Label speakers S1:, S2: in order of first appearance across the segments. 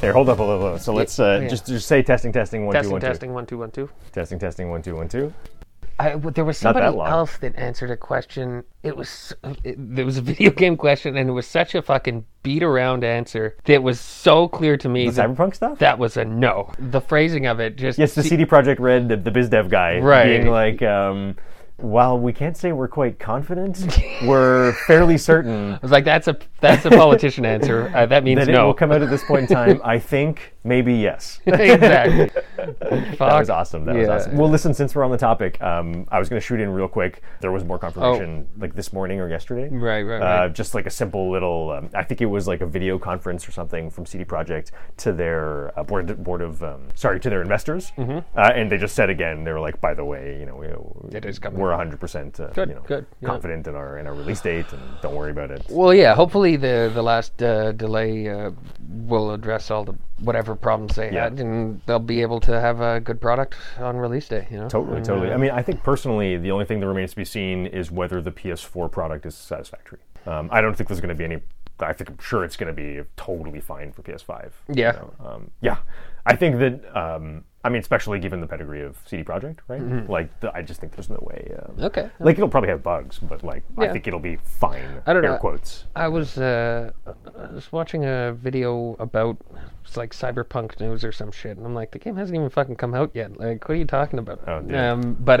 S1: there. Hold up a little. So let's uh,
S2: yeah.
S1: just just say testing, testing, one, two,
S2: testing,
S1: one, two.
S2: testing, one, two, one, two.
S1: testing, testing, one, two, one, two.
S2: I, w- there was
S1: Not that
S2: somebody
S1: long.
S2: else that answered a question. It was it, there was a video game question, and it was such a fucking beat around answer that was so clear to me
S1: The
S2: that
S1: cyberpunk stuff.
S2: that was a no. The phrasing of it just
S1: Yes, the
S2: se-
S1: CD Project Red, the, the biz dev guy,
S2: Right.
S1: being like, um, while we can't say we're quite confident, we're fairly certain
S2: I was like, that's a that's a politician answer. Uh, that means
S1: that it
S2: no.
S1: will come out at this point in time. I think maybe yes.
S2: exactly.
S1: That
S2: Fuck.
S1: was awesome. That was
S2: Yeah.
S1: awesome. Well, listen, since we're on the topic, um, I was going to shoot in real quick. There was more confirmation like this morning or yesterday.
S2: Oh. Right, right,
S1: Uh,
S2: right.
S1: just like a simple little, um, I think it was like a video conference or something from CD Projekt to their uh, board, board of, um, sorry, to their investors.
S2: Mm-hmm.
S1: Uh, and they just said again, they were like, by the way, you know, we,
S2: It is coming.
S1: we're 100% uh,
S2: Good,
S1: you know,
S2: good, yeah.
S1: confident in, our, in our release date and don't worry about it.
S2: Well, yeah. Hopefully, the the last uh, delay uh, will address all the whatever problems they
S1: Yeah.
S2: had, and they'll be able to have a good product on release day. You know.
S1: Totally, totally.
S2: uh,
S1: I mean, I think personally, the only thing that remains to be seen is whether the PS4 product is satisfactory. Um, I don't think there's going to be any. I think I'm sure it's going to be totally fine for PS5. you
S2: Yeah.
S1: know. Um, yeah. I think that. Um, I mean, especially given the pedigree of CD Projekt, right? Like, the, I just think there's no way. Um,
S2: Mm-hmm. Okay.
S1: Like, it'll probably have bugs, but like, I
S2: Yeah.
S1: think it'll be fine.
S2: I don't
S1: air
S2: know.
S1: quotes.
S2: I was uh, I was watching a video about it's like cyberpunk news or some shit, and I'm like, the game hasn't even fucking come out yet. Like, what are you talking about?
S1: Oh, dude.
S2: um, but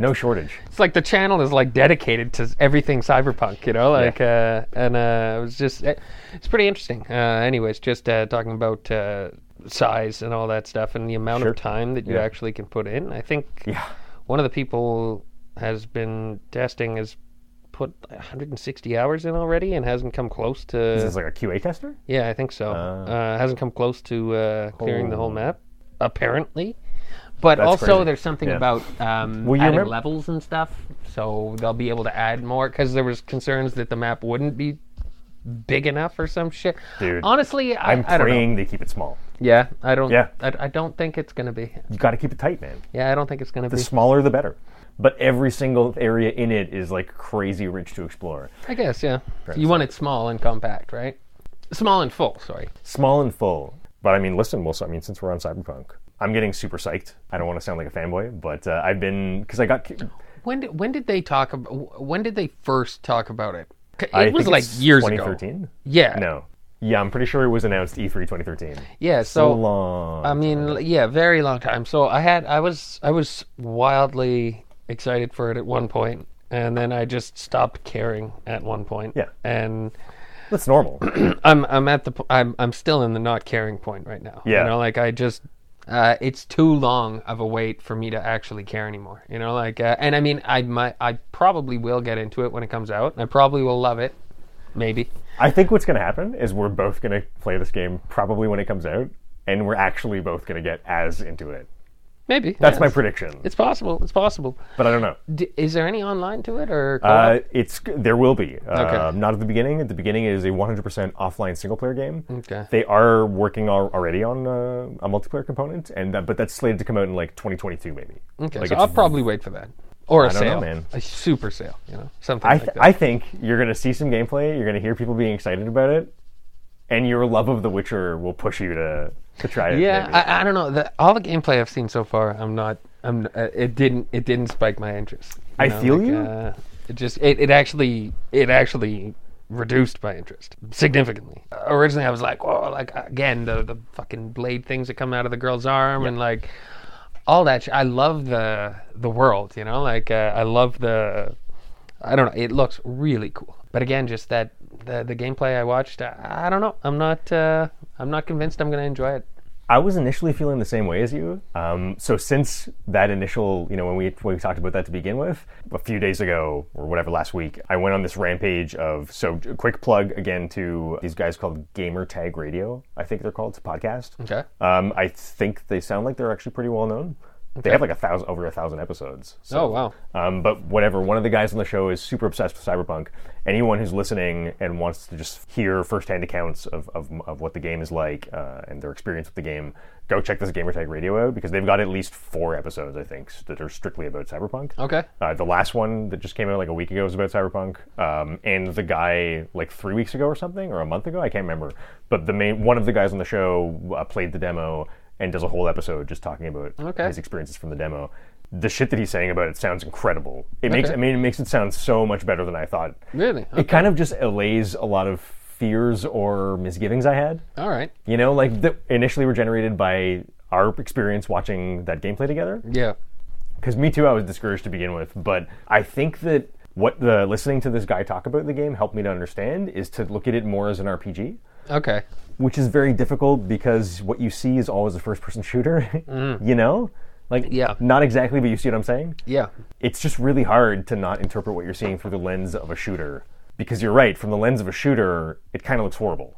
S1: No shortage.
S2: it's like the channel is like dedicated to everything cyberpunk, you know, like uh, and uh, it was just it- it's pretty interesting. Uh, anyways, just uh, talking about uh, size and all that stuff and the amount
S1: Sure.
S2: of time that you
S1: Yeah.
S2: actually can put in. I think
S1: Yeah.
S2: one of the people has been testing has put 160 hours in already and hasn't come close
S1: This
S2: to
S1: is like a QA tester.
S2: yeah, I think so. Uh, hasn't come close to uh, clearing the whole
S1: Ah. Oh.
S2: map, apparently. But
S1: That's
S2: also,
S1: crazy.
S2: there's something
S1: Yeah.
S2: about um,
S1: Well, you
S2: adding
S1: remem-
S2: levels and stuff, so they'll be able to add more because there was concerns that the map wouldn't be big enough or some shit.
S1: Dude,
S2: honestly, I,
S1: I'm
S2: I don't know.
S1: praying they keep it small.
S2: Yeah, I don't.
S1: Yeah.
S2: I, I don't think it's gonna be.
S1: You got to keep it tight, man.
S2: Yeah, I don't think it's gonna
S1: The
S2: be.
S1: smaller, the better. But every single area in it is like crazy rich to explore.
S2: I guess yeah. You want it small and compact, right? Small and full. Sorry.
S1: Small and full. But I mean, listen, Wilson, I mean, since we're on Cyberpunk, I'm getting super psyched. I don't want to sound like a fanboy, but uh, I've been, because I got, ki-
S2: When did when did they talk about? When did they first talk about it? C- It
S1: I
S2: was
S1: think
S2: like
S1: it's
S2: years ago.
S1: 2013?
S2: Yeah.
S1: No. Yeah, I'm pretty sure it was announced E E3 2013.
S2: Yeah,
S1: So
S2: so um,
S1: long.
S2: I mean, l- yeah, very long time. So I had, I was, I was wildly excited for it at one point, and then I just stopped caring at one point.
S1: Yeah.
S2: and
S1: That's normal.
S2: I'm, I'm at the, p- I'm, I'm still in the not caring point right now.
S1: Yeah.
S2: you know, like I just, uh, it's too long of a wait for me to actually care anymore. You know, like, uh, and I mean, I might, I probably will get into it when it comes out. and I probably will love it, maybe.
S1: I think what's going to happen is we're both going to play this game probably when it comes out, and we're actually both going to get as into it.
S2: Maybe
S1: That's
S2: yeah.
S1: my prediction.
S2: It's possible. It's possible.
S1: But I don't know.
S2: D- is there any online to it or?
S1: Uh,
S2: co-op?
S1: it's there will be. Uh, Not at the beginning. At the beginning, it is a 100% offline single player game.
S2: Okay.
S1: They are working al- already on uh, a multiplayer component, and that, but that's slated to come out in like 2022, maybe.
S2: Okay,
S1: Like,
S2: so
S1: it's-
S2: I'll probably wait for that or a
S1: don't know,
S2: sale,
S1: man.
S2: a super sale, you know, something
S1: I,
S2: like
S1: th-
S2: that.
S1: I think you're gonna see some gameplay. You're gonna hear people being excited about it, and your love of The Witcher will push you to to try it.
S2: yeah,
S1: maybe.
S2: I, I don't know. The, all the gameplay I've seen so far, I'm not. I'm. Uh, it didn't. It didn't spike my interest.
S1: I feel you.
S2: Uh, it just. It, it actually. It actually reduced my interest significantly. Uh, originally, I was like, "Whoa!" Like again, the the fucking blade things that come out of the girl's arm and like all that. Sh- I love the the world. You know, like uh, I love the. I don't know. It looks really cool. But again, just that the the gameplay I watched. I, I don't know. I'm not. Uh, I'm not convinced I'm going to enjoy it.
S1: I was initially feeling the same way as you. Um, so since that initial, you know, when we when we talked about that to begin with, a few days ago or whatever last week, I went on this rampage of. So a quick plug again to these guys called Gamer Tag Radio. I think they're called. It's a podcast.
S2: Okay.
S1: Um, I think they sound like they're actually pretty well known. They have like a thousand over a thousand episodes. So
S2: Oh wow.
S1: um, but whatever, one of the guys on the show is super obsessed with cyberpunk. Anyone who's listening and wants to just hear firsthand accounts of, of, of what the game is like uh, and their experience with the game, go check this Gamertag Radio out because they've got at least four episodes, I think, s- that are strictly about cyberpunk.
S2: Okay.
S1: Uh, the last one that just came out like a week ago was about cyberpunk, um, and the guy like three weeks ago or something, or a month ago, I can't remember. But the main one of the guys on the show uh, played the demo and does a whole episode just talking about
S2: Okay.
S1: his experiences from the demo. The shit that he's saying about it sounds incredible. It makes
S2: Okay.
S1: I mean it makes it sound so much better than I thought.
S2: Really? Oh,
S1: It kind of just allays a lot of fears or misgivings I had
S2: All right.
S1: you know like that initially were generated by our experience watching that gameplay together
S2: Yeah.
S1: because me too i was discouraged to begin with but i think that what the listening to this guy talk about the game helped me to understand is to look at it more as an rpg
S2: Okay.
S1: which is very difficult because what you see is always a first person shooter you know like
S2: Yeah.
S1: not exactly but you see what i'm saying
S2: Yeah.
S1: it's just really hard to not interpret what you're seeing through the lens of a shooter because you're right from the lens of a shooter it kind of looks horrible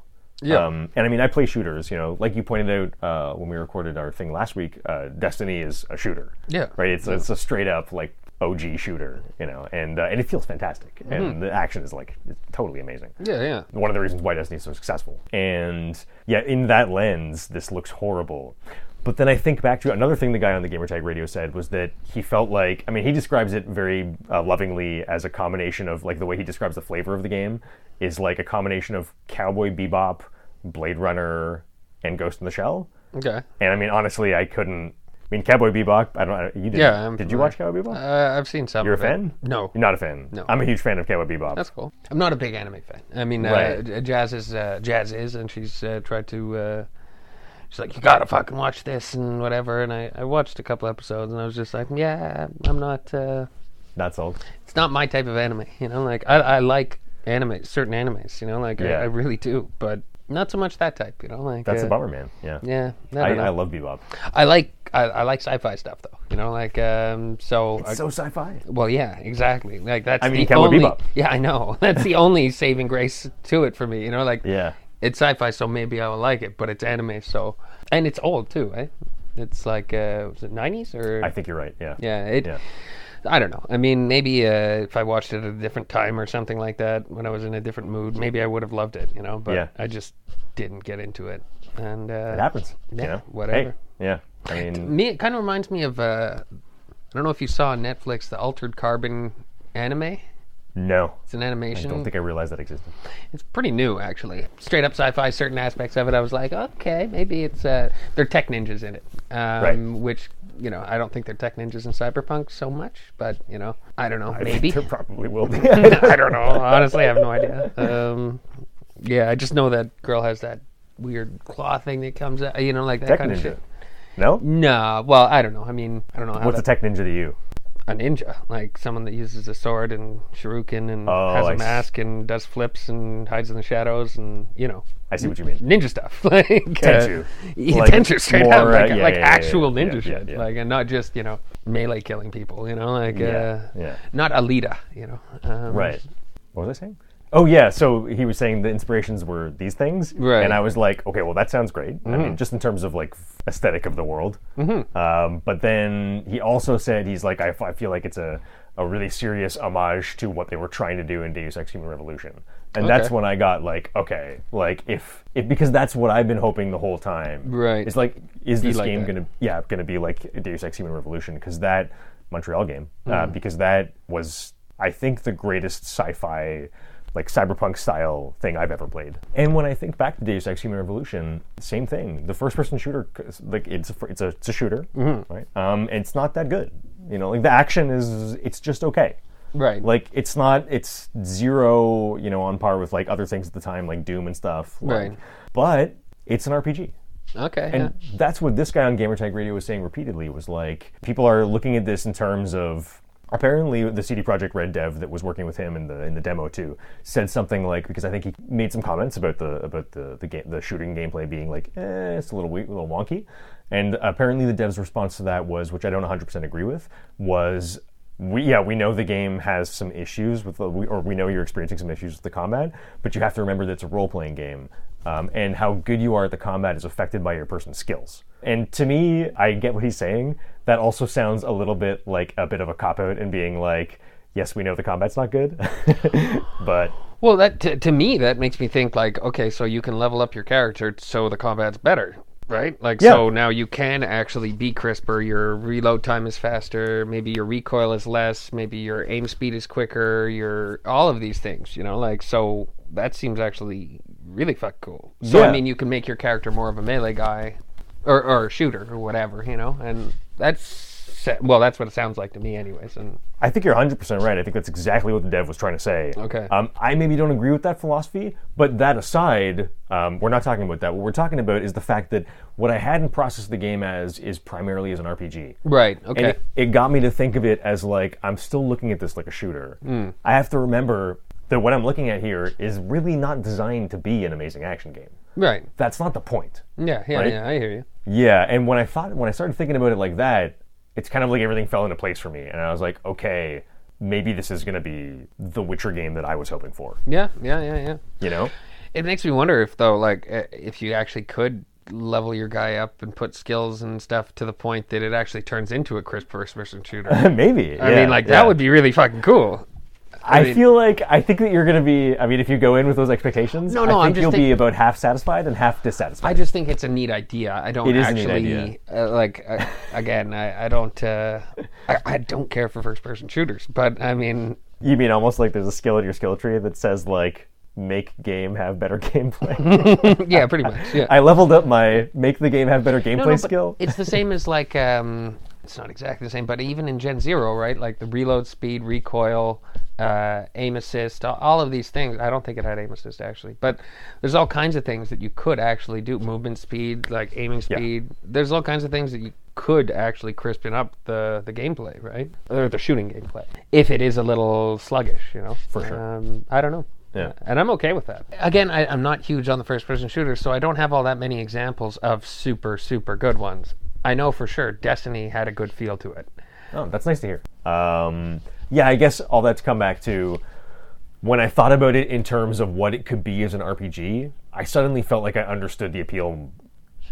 S2: Yeah.
S1: um, and i mean i play shooters you know like you pointed out uh, when we recorded our thing last week uh, destiny is a shooter
S2: Yeah.
S1: right it's, it's a straight up like og shooter you know and uh, and it feels fantastic and the action is like it's totally amazing
S2: Mm-hmm. Yeah. Yeah.
S1: one of the reasons why Destiny's so successful. And yeah, in that lens, this looks horrible. But then I think back to another thing the guy on the Gamertag radio said was that he felt like, I mean, he describes it very uh, lovingly as a combination of, like, the way he describes the flavor of the game is like a combination of Cowboy Bebop, Blade Runner, and Ghost in the Shell.
S2: Okay.
S1: And I mean, honestly, I couldn't. I mean, Cowboy Bebop, I don't know. You did,
S2: Yeah, I'm
S1: did you watch Cowboy Bebop?
S2: Uh, I've seen some.
S1: You're a
S2: of it.
S1: fan?
S2: No.
S1: You're not a fan?
S2: No.
S1: I'm a huge fan of Cowboy Bebop.
S2: That's cool. I'm not a big anime fan. I mean, uh,
S1: Right.
S2: J- Jazz is uh, Jazz is, and she's uh, tried to. Uh, she's like, you gotta fucking watch this and whatever. And I, I watched a couple episodes, and I was just like, yeah, I'm not. Uh,
S1: That's all.
S2: it's not my type of anime. You know, like I, I like anime, certain animes. You know, like
S1: Yeah.
S2: I, I really do, but not so much that type. You know, like
S1: That's
S2: uh,
S1: a bummer, man. Yeah.
S2: Yeah, I,
S1: I,
S2: don't know.
S1: I love Bebop.
S2: I like I, I like sci-fi stuff though. You know, like um, so. I-
S1: so sci-fi.
S2: Well, yeah, exactly. Like that's
S1: I mean,
S2: the
S1: Cowboy
S2: only.
S1: Bebop.
S2: Yeah, I know. That's the only saving grace to it for me. You know, like
S1: Yeah.
S2: it's sci-fi, so maybe I will like it, but it's anime, so and it's old too, eh? It's like uh, was it nineties or
S1: I think you're right. Yeah.
S2: yeah, it.
S1: Yeah.
S2: I don't know. I mean, maybe uh, if I watched it at a different time or something like that, when I was in a different mood, maybe I would have loved it. You know, but
S1: Yeah.
S2: I just didn't get into it, and uh,
S1: It happens.
S2: Yeah,
S1: you know?
S2: whatever.
S1: Hey, yeah. I mean,
S2: me it kind of reminds me of uh, I don't know if you saw on Netflix the Altered Carbon anime.
S1: no.
S2: It's an animation.
S1: I don't think I realized that existed.
S2: It's pretty new, actually. Straight up sci-fi. Certain aspects of it, I was like, okay, maybe it's uh, they're tech ninjas in it, um,
S1: Right.
S2: which you know I don't think they're tech ninjas in cyberpunk so much, but you know I don't know, maybe
S1: There probably will be.
S2: I don't know. Honestly, I have no idea. Um, yeah, I just know that girl has that weird claw thing that comes out, you know, like that
S1: tech
S2: kind of
S1: ninja.
S2: shit.
S1: No?
S2: Nah, well, I don't know. I mean, I don't know how
S1: What's a
S2: that-
S1: tech ninja to you?
S2: a ninja, like someone that uses a sword and shuriken and
S1: Oh,
S2: has a
S1: I s-
S2: mask and does flips and hides in the shadows and you know
S1: I see what you mean.
S2: ninja stuff, like
S1: Tenchu.
S2: uh, yeah,
S1: Like,
S2: Tenchu straight
S1: more,
S2: up,
S1: uh,
S2: like,
S1: yeah,
S2: like
S1: yeah, yeah,
S2: actual
S1: yeah,
S2: ninja
S1: yeah,
S2: shit,
S1: yeah.
S2: like and not just you know melee killing people, you know, like
S1: Yeah,
S2: uh,
S1: yeah.
S2: not Alita, you know, um,
S1: Right. What was I saying? Oh yeah, so he was saying the inspirations were these things,
S2: Right. Mm-hmm.
S1: And I was like, okay, well that sounds great. I mean, just in terms of like aesthetic of the world. Um, but then he also said he's like, I, f- I feel like it's a a really serious homage to what they were trying to do in Deus Ex Human Revolution, and that's
S2: Okay.
S1: when I got like, okay, like if, if because that's what I've been hoping the whole time,
S2: Right.
S1: It's like, is this
S2: like
S1: game
S2: that.
S1: gonna gonna- yeah gonna be like Deus Ex Human Revolution because that Montreal game uh,
S2: Hmm.
S1: because that was I think the greatest sci-fi like cyberpunk style thing I've ever played. And when I think back to Deus Ex Human Revolution, same thing. The first-person shooter like it's a, it's a it's a shooter,
S2: Mm-hmm.
S1: right? Um, and it's not that good. You know, like the action is it's just okay.
S2: right,
S1: Like it's not it's zero, you know, on par with like other things at the time like Doom and stuff. like-
S2: Right.
S1: But it's an RPG.
S2: okay,
S1: And that's what this guy on Gamertag Radio was saying repeatedly was like people are looking at this in terms of apparently the CD Projekt Red dev that was working with him in the in the demo too said something like because I think he made some comments about the about the the, game, the shooting gameplay being like eh, it's a little weak, a little wonky. And apparently the dev's response to that was which I don't 100% agree with was we yeah we know the game has some issues with the, we- or we know you're experiencing some issues with the combat but you have to remember that it's a role-playing game um, and how good you are at the combat is affected by your person's skills And to me, I get what he's saying. That also sounds a little bit like a bit of a cop out and being like, yes, we know the combat's not good, but
S2: Well, that to, to me that makes me think like, okay, so you can level up your character so the combat's better, right? Like, so now you can actually be crisper. Your reload time is faster. Maybe your recoil is less. Maybe your aim speed is quicker. Your all of these things, you know, like so that seems actually really fuck cool. So
S1: Yeah.
S2: I mean, you can make your character more of a melee guy, or or shooter or whatever, you know, and that's well, that's what it sounds like to me, anyways, and.
S1: I think you're 100% right. I think that's exactly what the dev was trying to say.
S2: Okay.
S1: Um, I maybe don't agree with that philosophy, but that aside, um, we're not talking about that. What we're talking about is the fact that what I hadn't processed the game as is primarily as an RPG.
S2: Right. Okay.
S1: And it, it got me to think of it as like, I'm still looking at this like a shooter.
S2: Hmm.
S1: I have to remember that what I'm looking at here is really not designed to be an amazing action game.
S2: right.
S1: That's not the point.
S2: Yeah. Yeah.
S1: Right?
S2: Yeah. I hear you.
S1: Yeah, and when I thought when I started thinking about it like that, it's kind of like everything fell into place for me, and I was like, okay, maybe this is gonna be the Witcher game that I was hoping for.
S2: Yeah, yeah, yeah, yeah.
S1: You know?
S2: It makes me wonder if though, like, eh, if you actually could level your guy up and put skills and stuff to the point that it actually turns into a crisp first person shooter.
S1: maybe.
S2: I mean, like that would be really fucking cool.
S1: I,
S2: mean-
S1: feel like I think that you're gonna be. I mean, if you go in with those expectations,
S2: No, no,
S1: I
S2: I'm
S1: think
S2: just
S1: you'll be
S2: think-
S1: about half satisfied and half dissatisfied.
S2: I just think it's a neat idea. I don't
S1: It is a neat
S2: actually
S1: idea.
S2: Uh, like uh, again. I, I don't. Uh, I, I don't care for first person shooters, but I mean,
S1: You mean almost like there's a skill in your skill tree that says like make game have better gameplay.
S2: yeah, pretty much. Yeah.
S1: I leveled up my make the game have better gameplay
S2: No, no, but
S1: skill.
S2: It's the same as like um, it's not exactly the same, but even in Gen Zero, right? Like the reload speed, recoil, uh, aim assist, a- all of these things. I don't think it had aim assist actually, but there's all kinds of things that you could actually do. Movement speed, like aiming speed. There's all kinds of things that you could actually crispen up the the gameplay, right? Or the shooting gameplay, if it is a little sluggish, you know. For
S1: sure.
S2: Um, I don't know.
S1: Yeah.
S2: And I'm okay with that. Again, I, I'm not huge on the first person shooters, so I don't have all that many examples of super, super good ones. I know for sure Destiny had a good feel to it.
S1: Oh, that's nice to hear. Um, yeah, I guess all that's come back to when I thought about it in terms of what it could be as an RPG. I suddenly felt like I understood the appeal,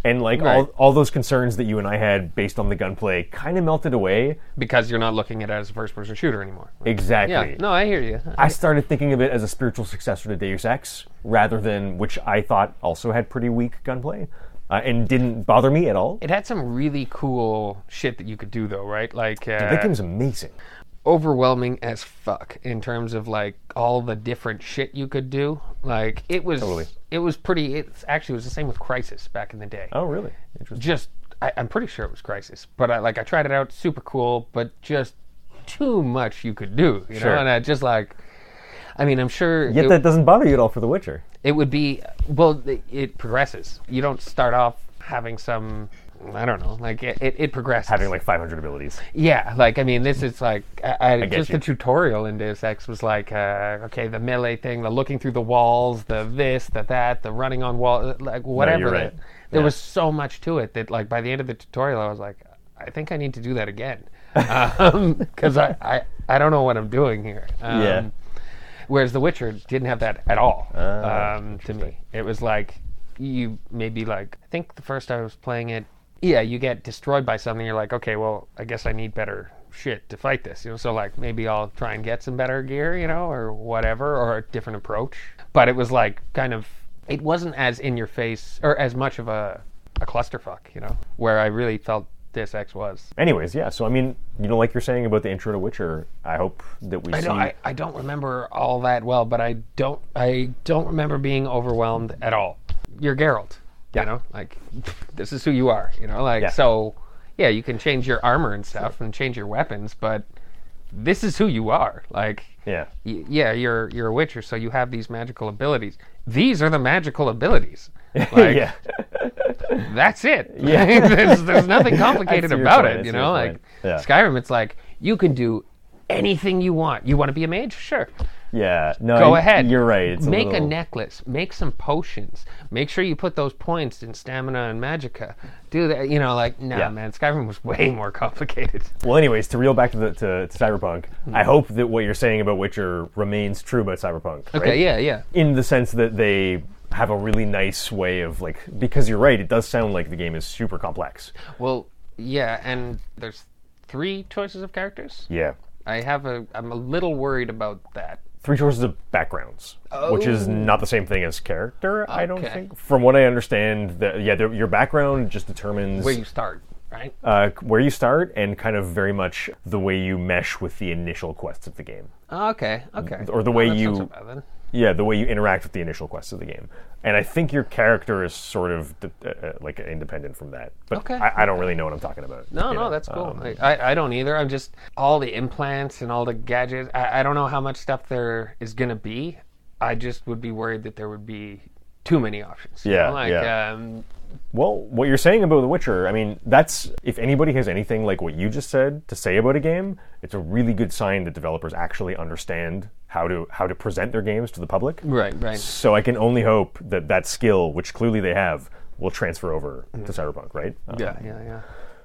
S1: and like all
S2: Right.
S1: all those concerns that you and I had based on the gunplay kind of melted away.
S2: Because you're not looking at it as a first person shooter anymore.
S1: Exactly.
S2: Yeah, no, I hear you.
S1: I started thinking of it as a spiritual successor to Deus Ex, rather than which I thought also had pretty weak gunplay, uh, and didn't bother me at all.
S2: It had some really cool shit that you could do, though, right? Like, uh,
S1: that game's amazing.
S2: overwhelming as fuck in terms of like all the different shit you could do. Like, it was,
S1: Totally.
S2: it was pretty. It's actually it was the same with Crisis back in the day.
S1: Oh, really? Interesting.
S2: just I, I'm pretty sure it was Crisis, but I like I tried it out, super cool, but just too much you could do, you
S1: Sure.
S2: know. And I just like, I mean, I'm sure
S1: Yet
S2: it,
S1: that doesn't bother you at all for The Witcher.
S2: it would be well, it, it progresses. You don't start off having some. I don't know. Like it, it, it progresses.
S1: Having like 500 abilities.
S2: yeah, like I mean, this is like I, I, just
S1: you.
S2: the tutorial in Deus Ex was like, uh, okay, the melee thing, the looking through the walls, the this, the that, the running on wall, uh, like whatever.
S1: you're
S2: that-
S1: right.
S2: There
S1: Yeah.
S2: was so much to it that like by the end of the tutorial, I was like, I think I need to do that again because I, I I don't know what I'm doing here. Um,
S1: Yeah.
S2: Whereas The Witcher didn't have that at all um, to me. It was like you maybe like I think the first I was playing it, yeah, you get destroyed by something. You're like, okay, well, I guess I need better shit to fight this. You know, so like maybe I'll try and get some better gear, you know, or whatever, or a different approach. But it was like kind of it wasn't as in your face or as much of a a clusterfuck, you know, where I really felt this X was.
S1: Anyways, yeah. So I mean, you know, like you're saying about the intro to Witcher, I hope that we
S2: I
S1: see.
S2: know I, I don't remember all that well, but I don't I don't remember being overwhelmed at all. You're Geralt.
S1: Yeah.
S2: You know, like this is who you are, you know, like
S1: Yeah.
S2: so yeah, you can change your armor and stuff and change your weapons, but this is who you are. Like
S1: yeah,
S2: y- yeah, you're you're a witcher, so you have these magical abilities. These are the magical abilities. Like
S1: yeah,
S2: that's it. Yeah. there's, there's nothing complicated
S1: see your
S2: about
S1: point, I
S2: it,
S1: see
S2: you
S1: your
S2: know? Like
S1: point. Yeah.
S2: Skyrim, it's like you can do anything you want. You want to be a mage? Sure.
S1: yeah. No,
S2: Go
S1: y-
S2: ahead.
S1: You're right. It's
S2: make
S1: a, little,
S2: necklace. Make some potions. Make sure you put those points in stamina and magica. Do that. You know, like nah,
S1: Yeah.
S2: man. Skyrim was way more complicated.
S1: Well, anyways, to reel back to, the, to, to Cyberpunk,
S2: Mm-hmm.
S1: I hope that what you're saying about Witcher remains true about Cyberpunk. Right?
S2: Okay, yeah, yeah.
S1: In the sense that they have a really nice way of like because you're right, it does sound like the game is super complex.
S2: Well, yeah, and there's three choices of characters.
S1: Yeah.
S2: I have a. I'm a little worried about that.
S1: Three choices of backgrounds, which is not the same thing as character. I don't
S2: Oh. Okay.
S1: think. From what I understand, that yeah, the, your background just determines
S2: Where you start, right?
S1: uh, where you start and kind of very much the way you mesh with the initial quests of the game,
S2: Okay. Okay.
S1: or the way
S2: That's
S1: you
S2: not Oh, so bad then.
S1: yeah, the way you interact with the initial quests of the game. And I think your character is sort of d- uh, uh, like independent from that, but
S2: Okay.
S1: I, I don't really know what I'm talking about.
S2: No,
S1: you
S2: no,
S1: know? um,
S2: that's cool. I, I, I don't either. I'm just all the implants and all the gadgets. I, I don't know how much stuff there is gonna be. I just would be worried that there would be too many options. you
S1: Yeah,
S2: know, Like,
S1: yeah.
S2: Um,
S1: Well, what you're saying about The Witcher, I mean, that's if anybody has anything like what you just said to say about a game, it's a really good sign that developers actually understand how to how to present their games to the public.
S2: right. Right.
S1: So I can only hope that that skill, which clearly they have, will transfer over to Cyberpunk, right? Uh,
S2: Yeah. Yeah. Yeah.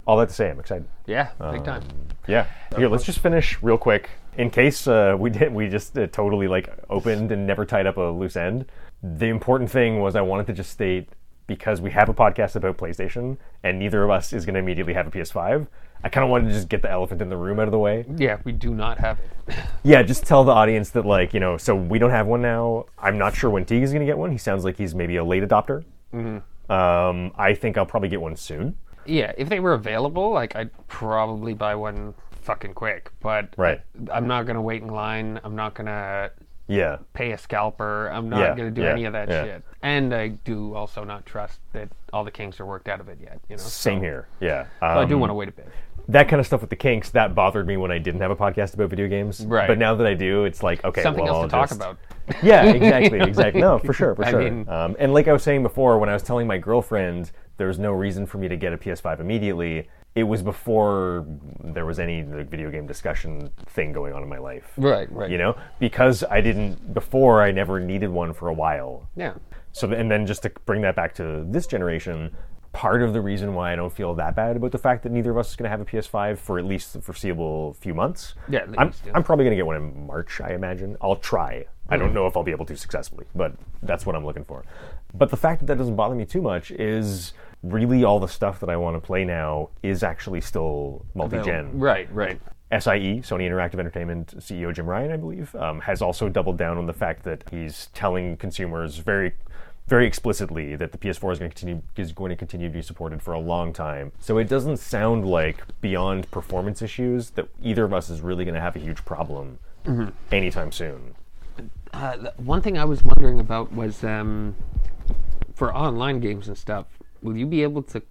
S1: All that to say, I'm excited.
S2: Yeah. Big
S1: Uh.
S2: time.
S1: Yeah. Here, let's just finish real quick. In case uh, we did, we just uh, totally like opened and never tied up a loose end. The important thing was I wanted to just state because we have a podcast about PlayStation and neither of us is going to immediately have a PS5. I kind of wanted to just get the elephant in the room out of the way.
S2: Yeah. We do not have it.
S1: Yeah, just tell the audience that like you know, so we don't have one now. I'm not sure when Teague is going to get one. He sounds like he's maybe a late adopter.
S2: Mm-hmm.
S1: Um, I think I'll probably get one soon.
S2: Yeah, if they were available, like I'd probably buy one fucking quick. But
S1: Right.
S2: I'm not gonna wait in line. I'm not gonna
S1: Yeah.
S2: pay a scalper. I'm not
S1: Yeah,
S2: gonna do
S1: yeah,
S2: any of that
S1: yeah.
S2: shit. And I do also not trust that all the kinks are worked out of it yet. You know, so
S1: Same here. Yeah. um,
S2: I do want to wait a bit.
S1: that kind of stuff with the kinks that bothered me when I didn't have a podcast about video games.
S2: Right.
S1: But now that I do, it's like okay,
S2: Something
S1: well,
S2: else to
S1: I'll
S2: talk
S1: just-
S2: about.
S1: Yeah, exactly, exactly. No, for sure, for
S2: I
S1: sure.
S2: mean-
S1: um, and like I was saying before, when I was telling my girlfriend there was no reason for me to get a PS5 immediately, it was before there was any like, video game discussion thing going on in my life.
S2: Right, right.
S1: You know, because I didn't before, I never needed one for a while.
S2: Yeah.
S1: So, th- and then just to bring that back to this generation, part of the reason why I don't feel that bad about the fact that neither of us is going to have a PS5 for at least the foreseeable few months.
S2: Yeah, at
S1: I'm,
S2: least, yeah.
S1: I'm probably going to get one in March, I imagine. I'll try. I
S2: Mm-hmm.
S1: don't know if I'll be able to successfully, but that's what I'm looking for. But the fact that that doesn't bother me too much is really all the stuff that I want to play now is actually still multi-gen.
S2: Right, right.
S1: SIE, E, Sony Interactive Entertainment CEO Jim Ryan, I believe, um, has also doubled down on the fact that he's telling consumers very, very explicitly that the PS4 is going to continue is going to continue to be supported for a long time. So it doesn't sound like beyond performance issues that either of us is really going to have a huge problem anytime soon.
S2: Uh, th- one thing I was wondering about was um, for online games and stuff. Will you be able to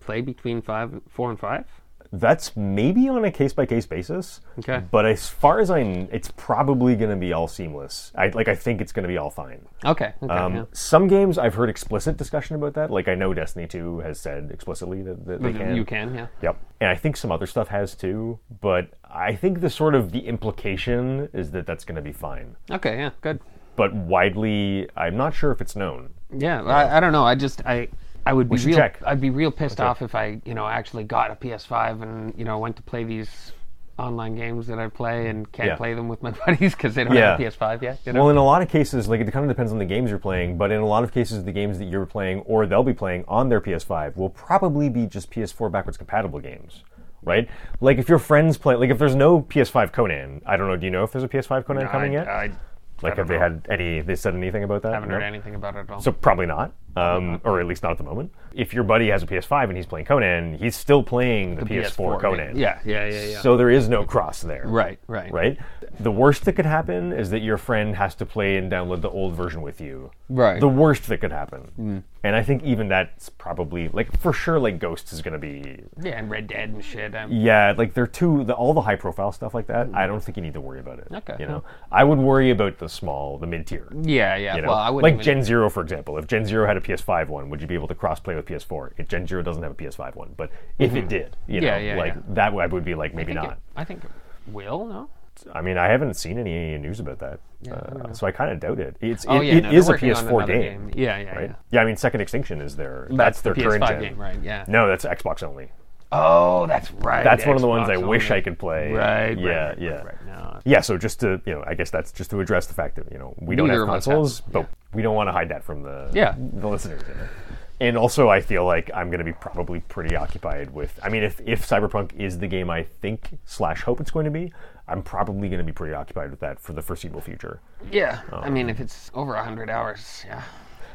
S2: play between five, four, and five?
S1: That's maybe on a case by case basis.
S2: Okay.
S1: But as far as I, kn- it's probably going to be all seamless. I like. I think it's going to be all fine.
S2: Okay. okay
S1: Um,
S2: yeah.
S1: Some games I've heard explicit discussion about that. Like I know Destiny 2 has said explicitly that, that they can.
S2: You can, yeah.
S1: Yep. And I think some other stuff has too. But I think the sort of the implication is that that's going to be fine.
S2: Okay, yeah, good.
S1: But widely, I'm not sure if it's known.
S2: Yeah, I, I don't know. I just I I would be
S1: should
S2: real.
S1: check.
S2: I'd be real pissed off if I you know actually got a PS5 and you know went to play these online games that I play and can't
S1: Yeah.
S2: play them with my buddies because they don't
S1: Yeah.
S2: have a PS5 yet. You know?
S1: Well, in a lot of cases, like it kind of depends on the games you're playing. But in a lot of cases, the games that you're playing or they'll be playing on their PS5 will probably be just PS4 backwards compatible games. Right, like if your friends play, like if there's no PS5 Conan, I don't know. Do you know if there's a PS5 Conan coming
S2: I,
S1: yet?
S2: I,
S1: Like, have they had any? They said anything about that?
S2: haven't heard
S1: No?
S2: anything about it at all.
S1: So probably not, um, or at least not at the moment. If your buddy has a PS5 and he's playing Conan, he's still playing the, PS4, Conan.
S2: Yeah, yeah, yeah, yeah.
S1: So there is no cross there.
S2: right, right,
S1: Right. The worst that could happen is that your friend has to play and download the old version with you.
S2: Right. Mm.
S1: The worst that could happen. And I think even that's probably like for sure. Like Ghost is going to be
S2: Yeah, and Red Dead and shit. Um,
S1: yeah, like they're too the, all the high profile stuff like that. I don't think you need to worry about it.
S2: Mm. Okay.
S1: You know, I would worry about the small, the mid tier.
S2: yeah, yeah.
S1: You know?
S2: Well, I wouldn't
S1: like
S2: even,
S1: Gen Zero, for example. If Gen Zero had a PS5 one, would you be able to cross play with PS4? If Gen Zero doesn't have a PS5 one, but if it did, you
S2: Mm-hmm. Yeah,
S1: know,
S2: yeah,
S1: like
S2: yeah.
S1: that, I would be like
S2: I
S1: maybe
S2: think,
S1: not.
S2: it, I think it will no.
S1: I mean, I haven't seen any news about that,
S2: I
S1: uh, so I kind of doubt it. It's
S2: Oh
S1: it,
S2: yeah,
S1: it
S2: no, they're
S1: is a
S2: working on
S1: PS4
S2: another
S1: game,
S2: Yeah, yeah,
S1: right?
S2: yeah.
S1: Yeah. I mean, Second Extinction is their that's, their
S2: the
S1: current
S2: PS5
S1: gen.
S2: game, right? Yeah.
S1: No, that's Xbox only.
S2: Oh, that's right.
S1: That's one of the ones
S2: Xbox
S1: I wish
S2: only.
S1: I could play.
S2: Right.
S1: Yeah.
S2: right, right,
S1: yeah.
S2: Right, right. No.
S1: Yeah, so just to you know, I guess that's just to address the fact that you know we don't
S2: Neither
S1: have
S2: of us
S1: consoles, but we don't want to hide that from the
S2: Yeah.
S1: the listeners. you know. And also, I feel like I'm going to be probably pretty occupied with. I mean, if if Cyberpunk is the game I think slash hope it's going to be, I'm probably going to be pretty occupied with that for the foreseeable future.
S2: Yeah. I
S1: Oh.
S2: mean, if it's over 100 hours, yeah.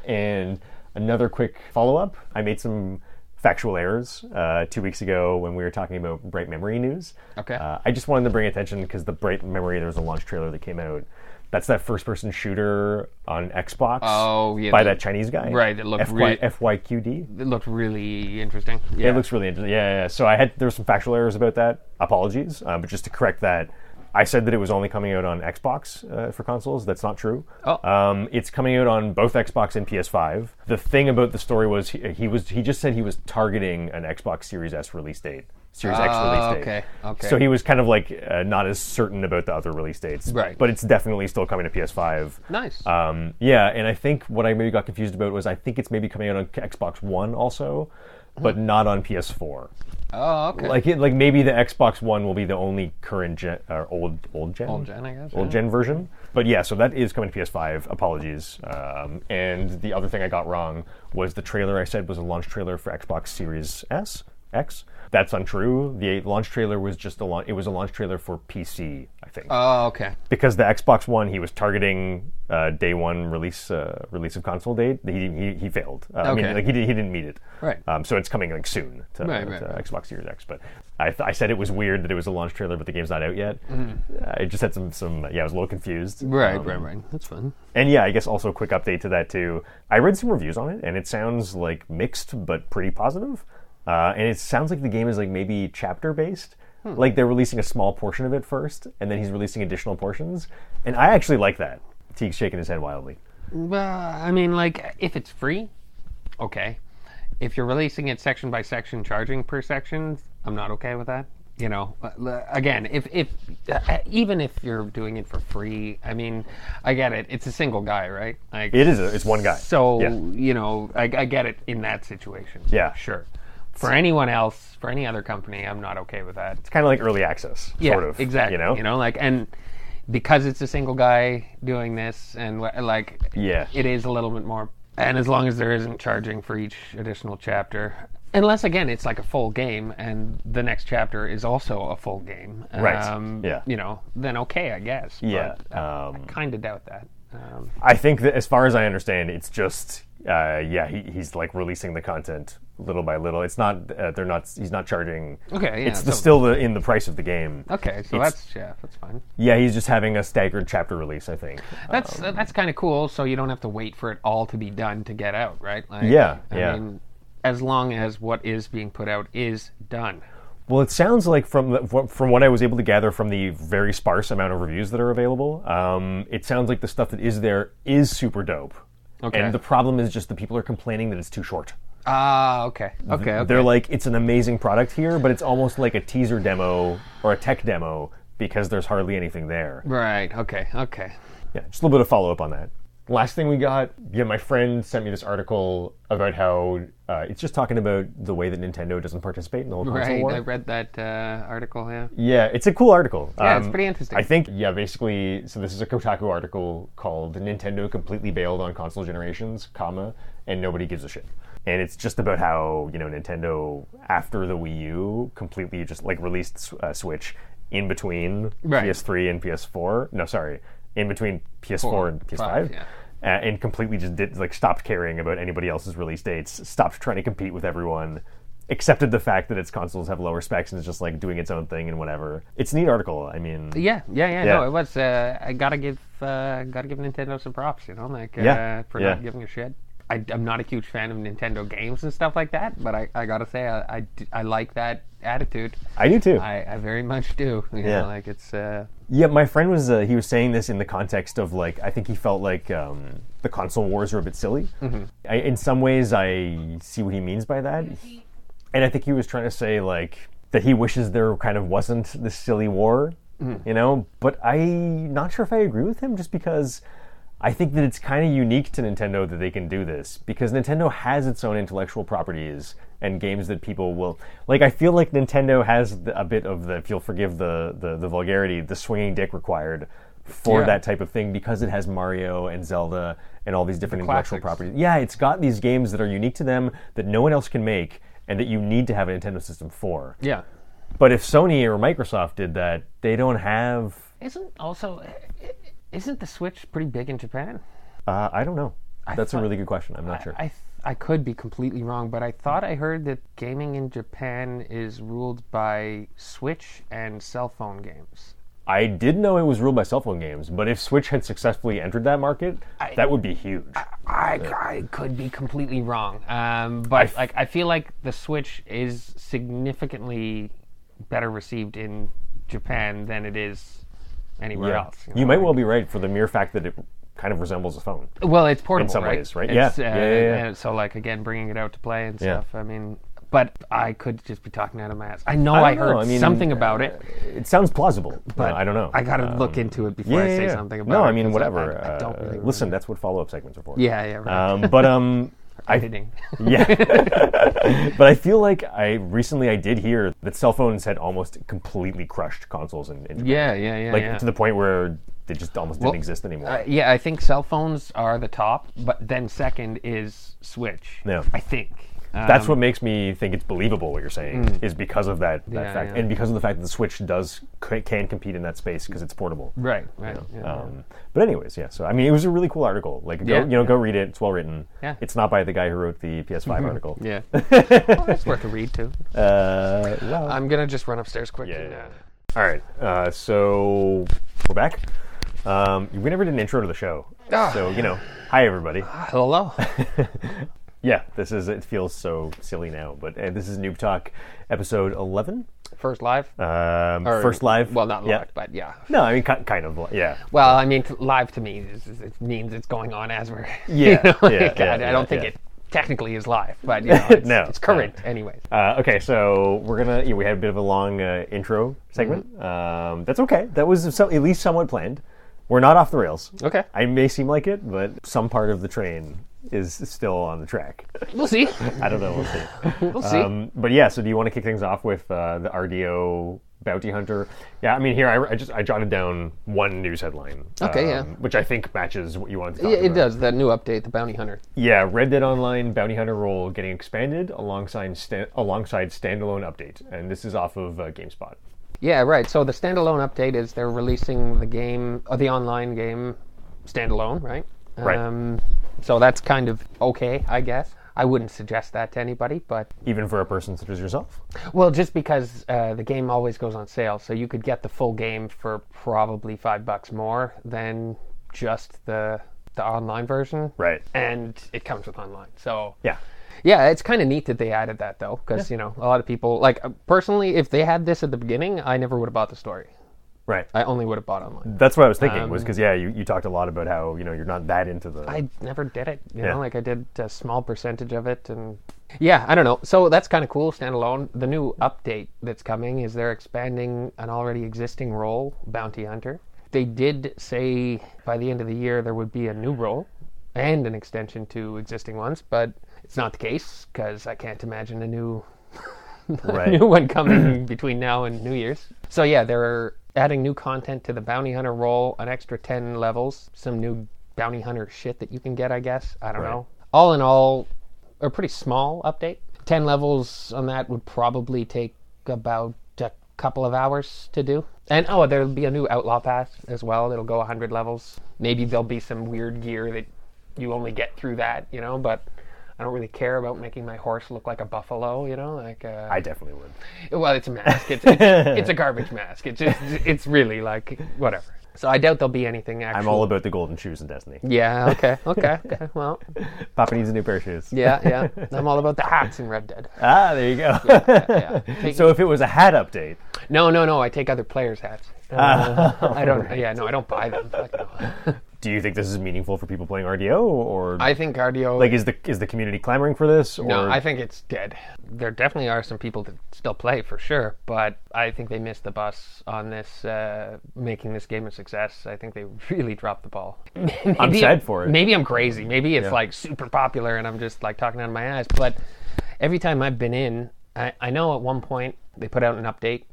S1: And another quick follow up I made some factual errors uh, two weeks ago when we were talking about Bright Memory news.
S2: Okay.
S1: Uh, I just wanted to bring attention because the Bright Memory, there was a launch trailer that came out. That's that first person shooter on Xbox
S2: Oh, yeah,
S1: by
S2: the-
S1: that Chinese guy.
S2: Right, it looked
S1: FY,
S2: really-
S1: FYQD.
S2: It looked really interesting. Yeah.
S1: It looks really interesting. Yeah, yeah, yeah. So I had there were some factual errors about that. Apologies, uh, but just to correct that, I said that it was only coming out on Xbox uh, for consoles. That's not true.
S2: Oh.
S1: Um, it's coming out on both Xbox and PS5. The thing about the story was he, he was he just said he was targeting an Xbox Series S release date. Series X
S2: Ah,
S1: release date.
S2: okay, okay.
S1: So he was kind of like uh, not as certain about the other release dates.
S2: Right.
S1: But it's definitely still coming to PS5.
S2: nice.
S1: Um, yeah, and I think what I maybe got confused about was I think it's maybe coming out on Xbox One also,
S2: Mm-hmm.
S1: but not on PS4.
S2: oh, okay.
S1: Like it, like maybe the Xbox One will be the only current gen or old old gen
S2: Old gen, I guess,
S1: old
S2: yeah.
S1: gen version. But yeah, so that is coming to PS5. Apologies. Um, and the other thing I got wrong was the trailer I said was a launch trailer for Xbox Series S X. That's untrue. The launch trailer was just a launch. It was a launch trailer for PC, I think
S2: oh, okay.
S1: because the Xbox One he was targeting uh, day one release uh, release of console date. He he, he failed. Uh, I
S2: Okay.
S1: mean, like he, did, he didn't meet it.
S2: Right.
S1: Um, so it's coming like soon to,
S2: Right, right,
S1: to
S2: right.
S1: Xbox Series X. But I, th- I said it was weird that it was a launch trailer, but the game's not out yet. I just had some some yeah, I was a little confused.
S2: Mm-hmm. Right,
S1: Um,
S2: right, right. That's fun.
S1: And yeah, I guess also a quick update to that too. I read some reviews on it, and it sounds like mixed but pretty positive. Uh, and it sounds like the game is like maybe chapter based. Like they're releasing a small portion of it first, and then he's releasing additional portions. And I actually like that. Teague's shaking his head wildly.
S2: Well, I mean, like, if it's free, okay. If you're releasing it section by section, charging per section, I'm not okay with that. You know, uh, l- again, if if uh, even if you're doing it for free, I mean, I get it. It's a single guy, right? Like,
S1: It is a, it's one guy.
S2: So
S1: Yeah.
S2: you know, I, I get it in that situation.
S1: Yeah.
S2: sure. For anyone else, for any other company, I'm not okay with that.
S1: kind of like early access,
S2: Yeah,
S1: sort of.
S2: exactly.
S1: You know.
S2: like, and because it's a single guy doing this, and wh- like,
S1: Yeah.
S2: it is a little bit more. And as long as there isn't charging for each additional chapter, unless again it's like a full game, and the next chapter is also a full game, um,
S1: Right, yeah.
S2: you know, then okay, I guess.
S1: Yeah,
S2: but I-
S1: um,
S2: I kind of doubt that. Um,
S1: I think that as far as I understand, it's just uh, yeah, he, he's like releasing the content little by little. It's not uh, they're not he's not charging.
S2: Okay, yeah,
S1: it's the,
S2: so-
S1: still the, in the price of the game.
S2: okay, so
S1: It's-
S2: that's yeah, that's fine.
S1: Yeah, he's just having a staggered chapter release, I think.
S2: That's
S1: Um,
S2: that's kind of cool. So you don't have to wait for it all to be done to get out, right? Like,
S1: Yeah, yeah.
S2: mean, as long as what is being put out is done.
S1: Well, it sounds like from the, from what I was able to gather from the very sparse amount of reviews that are available, um, it sounds like the stuff that is there is super dope.
S2: Okay.
S1: And the problem is just the people are complaining that it's too short.
S2: Ah, okay, okay, okay.
S1: They're like, it's an amazing product here, but it's almost like a teaser demo or a tech demo because there's hardly anything there.
S2: right, okay, okay.
S1: Yeah, just a little bit of follow up on that. Last thing we got, yeah, my friend sent me this article about how uh, it's just talking about the way that Nintendo doesn't participate in the whole console
S2: Right,
S1: war.
S2: I read that uh, article. Yeah.
S1: Yeah, it's a cool article. Um,
S2: Yeah, it's pretty interesting.
S1: I think, yeah, basically, so this is a Kotaku article called "Nintendo Completely Bailed on Console Generations, comma, and Nobody Gives a Shit." And it's just about how you know Nintendo after the Wii U completely just like released uh, Switch in between
S2: Right.
S1: PS3 and PS4. No, sorry, in between PS4 and PS5.
S2: five, yeah.
S1: Uh, and completely just did like stopped caring about anybody else's release dates, stopped trying to compete with everyone, accepted the fact that its consoles have lower specs and is just like doing its own thing and whatever. It's a neat article. I mean,
S2: Yeah, yeah, yeah, No,
S1: Yeah.
S2: it was. Uh, I gotta give, uh, gotta give Nintendo some props. You know, like uh,
S1: Yeah,
S2: for
S1: yeah.
S2: not giving a shit. I, am not a huge fan of Nintendo games and stuff like that, but I, I gotta say I, I d- I like that attitude.
S1: I do too.
S2: I, I very much do. You
S1: Yeah.
S2: know, like it's. Uh,
S1: yeah, my friend was uh, he was saying this in the context of like I think he felt like um, the console wars are a bit silly. I, in some ways, I see what he means by that, and I think he was trying to say like that he wishes there kind of wasn't this silly war,
S2: Mm-hmm.
S1: you know. But I'm not sure if I agree with him just because. I think that it's kind of unique to Nintendo that they can do this because Nintendo has its own intellectual properties and games that people will like. I feel like Nintendo has the, a bit of the, if you'll forgive the, the the vulgarity, the swinging dick required for
S2: Yeah.
S1: that type of thing because it has Mario and Zelda and all these different intellectual
S2: classics.
S1: properties. Yeah, it's got these games that are unique to them that no one else can make and that you need to have a Nintendo system for.
S2: Yeah.
S1: But if Sony or Microsoft did that, they don't have.
S2: Isn't also isn't the Switch pretty big in Japan?
S1: Uh, I don't know. That's a
S2: thought-
S1: really good question. I'm not sure.
S2: I th- I could be completely wrong, but I thought I heard that gaming in Japan is ruled by Switch and cell phone games.
S1: I did know it was ruled by cell phone games, but if Switch had successfully entered that market, that would be huge.
S2: I, I could be completely wrong, um, but
S1: f-
S2: like I feel like the Switch is significantly better received in Japan than it is anywhere
S1: Yeah.
S2: else.
S1: You might well be right for the mere fact that it kind of resembles a phone.
S2: Well, it's portable
S1: some
S2: right?
S1: ways, right?
S2: It's,
S1: Yeah. Yeah, yeah, yeah.
S2: and so, like again, bringing it out to play and
S1: Yeah.
S2: stuff. I mean, but I could just be talking out of my ass. I know
S1: don't
S2: I, heard
S1: know, I mean, uh,
S2: something about it,
S1: It sounds plausible, but I don't know.
S2: I gotta
S1: um,
S2: look into it before I say something about it.
S1: No, I mean
S2: 'cause
S1: whatever.
S2: I, I don't
S1: uh,
S2: really
S1: listen, that's what follow-up segments are for.
S2: Yeah, yeah, right.
S1: Um, but um, I
S2: Editing.
S1: yeah, but I feel like I recently I did hear that cell phones had almost completely crushed consoles in, in Japan.
S2: yeah, yeah, yeah.
S1: like
S2: yeah.
S1: to the point where they just almost
S2: Well,
S1: didn't exist anymore.
S2: Uh, yeah, I think cell phones are the top, but then second is Switch.
S1: Yeah.
S2: I think. Um, Hmm.
S1: That's what makes me think it's believable what you're saying is because of that, that
S2: Yeah,
S1: fact
S2: yeah.
S1: and because of the fact that the Switch does c- can compete in that space because it's portable.
S2: Right, right. Yeah.
S1: Um, but anyways, yeah. So I mean, it was a really cool article. Like, go,
S2: Yeah.
S1: you know, go read it. It's well written.
S2: Yeah.
S1: It's not by the guy who wrote the PS5 article.
S2: yeah. well, that's worth a read, too.
S1: Uh, well,
S2: I'm going to just run upstairs quick.
S1: yeah,
S2: and,
S1: yeah,
S2: uh,
S1: yeah. All right. Uh, so we're back. Um, we never did an intro to the show.
S2: Ah.
S1: So you know, hi everybody.
S2: Hello.
S1: Yeah, this is. It feels so silly now, but uh, this is Noob Talk, episode 11.
S2: First live?
S1: Um,
S2: Or-
S1: first live.
S2: Well, not
S1: yeah.
S2: live, but yeah.
S1: No, I mean, ki- kind of. li- Yeah.
S2: Well, I mean, t- live to me is, is- it means it's going on as we're.
S1: Yeah, yeah,
S2: like,
S1: yeah,
S2: I, I don't
S1: yeah,
S2: think
S1: yeah.
S2: it technically is live, but you know, it's,
S1: No,
S2: it's current, anyways.
S1: Uh, okay, so we're gonna. Yeah, we had a bit of a long uh, intro segment.
S2: Mm-hmm.
S1: Um, that's okay. That was so, at least somewhat planned. We're not off the rails.
S2: Okay.
S1: I may seem like it, but some part of the train is still on the track.
S2: We'll see.
S1: I don't know. We'll see.
S2: We'll see.
S1: Um, but yeah, so do you want to kick things off with uh, the RDO bounty hunter? Yeah, I mean, here I, I just I jotted down one news headline. um,
S2: Okay, yeah.
S1: Which I think matches what you wanted to talk
S2: yeah, it
S1: about.
S2: does. That new update, the Bounty Hunter.
S1: Yeah, Red Dead Online bounty hunter role getting expanded alongside sta- alongside standalone update, and this is off of uh, GameSpot.
S2: Yeah, right. So the standalone update is they're releasing the game, uh, the online game, standalone, right?
S1: Right.
S2: Um, so that's kind of okay, I guess. I wouldn't suggest that to anybody, but
S1: Even for a person such as yourself,
S2: well, just because uh, the game always goes on sale, so you could get the full game for probably five bucks more than just the the online version,
S1: right?
S2: and it comes with online. So
S1: Yeah,
S2: yeah, it's kind of neat that they added that though, because you know a lot of people like uh, personally, if they had this at the beginning, I never would have bought the story.
S1: right.
S2: I only would have bought online.
S1: That's what I was thinking was because yeah, you, you talked a lot about how you know you're not that into the
S2: Um, I never did it. You
S1: Yeah.
S2: know, like I did a small percentage of it, and yeah, I don't know. So that's kind of cool, standalone. The new update that's coming is they're expanding an already existing role, bounty hunter. They did say by the end of the year there would be a new role and an extension to existing ones, but it's not the case because I can't imagine a new
S1: right.
S2: new one coming between now and New Year's. So yeah, they're adding new content to the bounty hunter role, an extra ten levels, some new bounty hunter shit that you can get. I guess I don't
S1: Right.
S2: know. All in all, a pretty small update. Ten levels on that would probably take about a couple of hours to do. And oh, there'll be a new outlaw pass as well. It'll go hundred levels. Maybe there'll be some weird gear that you only get through that, you know. But I don't really care about making my horse look like a buffalo, you know. Like uh,
S1: I definitely would.
S2: well, it's a mask. It's, it's, it's a garbage mask. It's just, it's really like whatever. So I doubt there'll be anything actual.
S1: I'm all about the golden shoes in Destiny.
S2: Yeah. Okay. Okay. Okay. Well.
S1: Papa needs a new pair of shoes.
S2: Yeah. Yeah. I'm all about the hats in Red Dead.
S1: Ah, there you go.
S2: Yeah. Take-
S1: so if it was a hat update,
S2: no, no, no. I take other players' hats. Uh, I don't. Yeah. No, I don't buy them. Fuck no.
S1: do you think this is meaningful for people playing RDO, or
S2: I think RDO.
S1: like is the is the community clamoring for this? Or
S2: no, I think it's dead. There definitely are some people that still play for sure, but I think they missed the bus on this uh, making this game a success. I think they really dropped the ball. Maybe-
S1: sad for it.
S2: Maybe I'm crazy. Maybe it's like super popular and I'm just like talking out of my ass. But every time I've been in, I, I know at one point they put out an update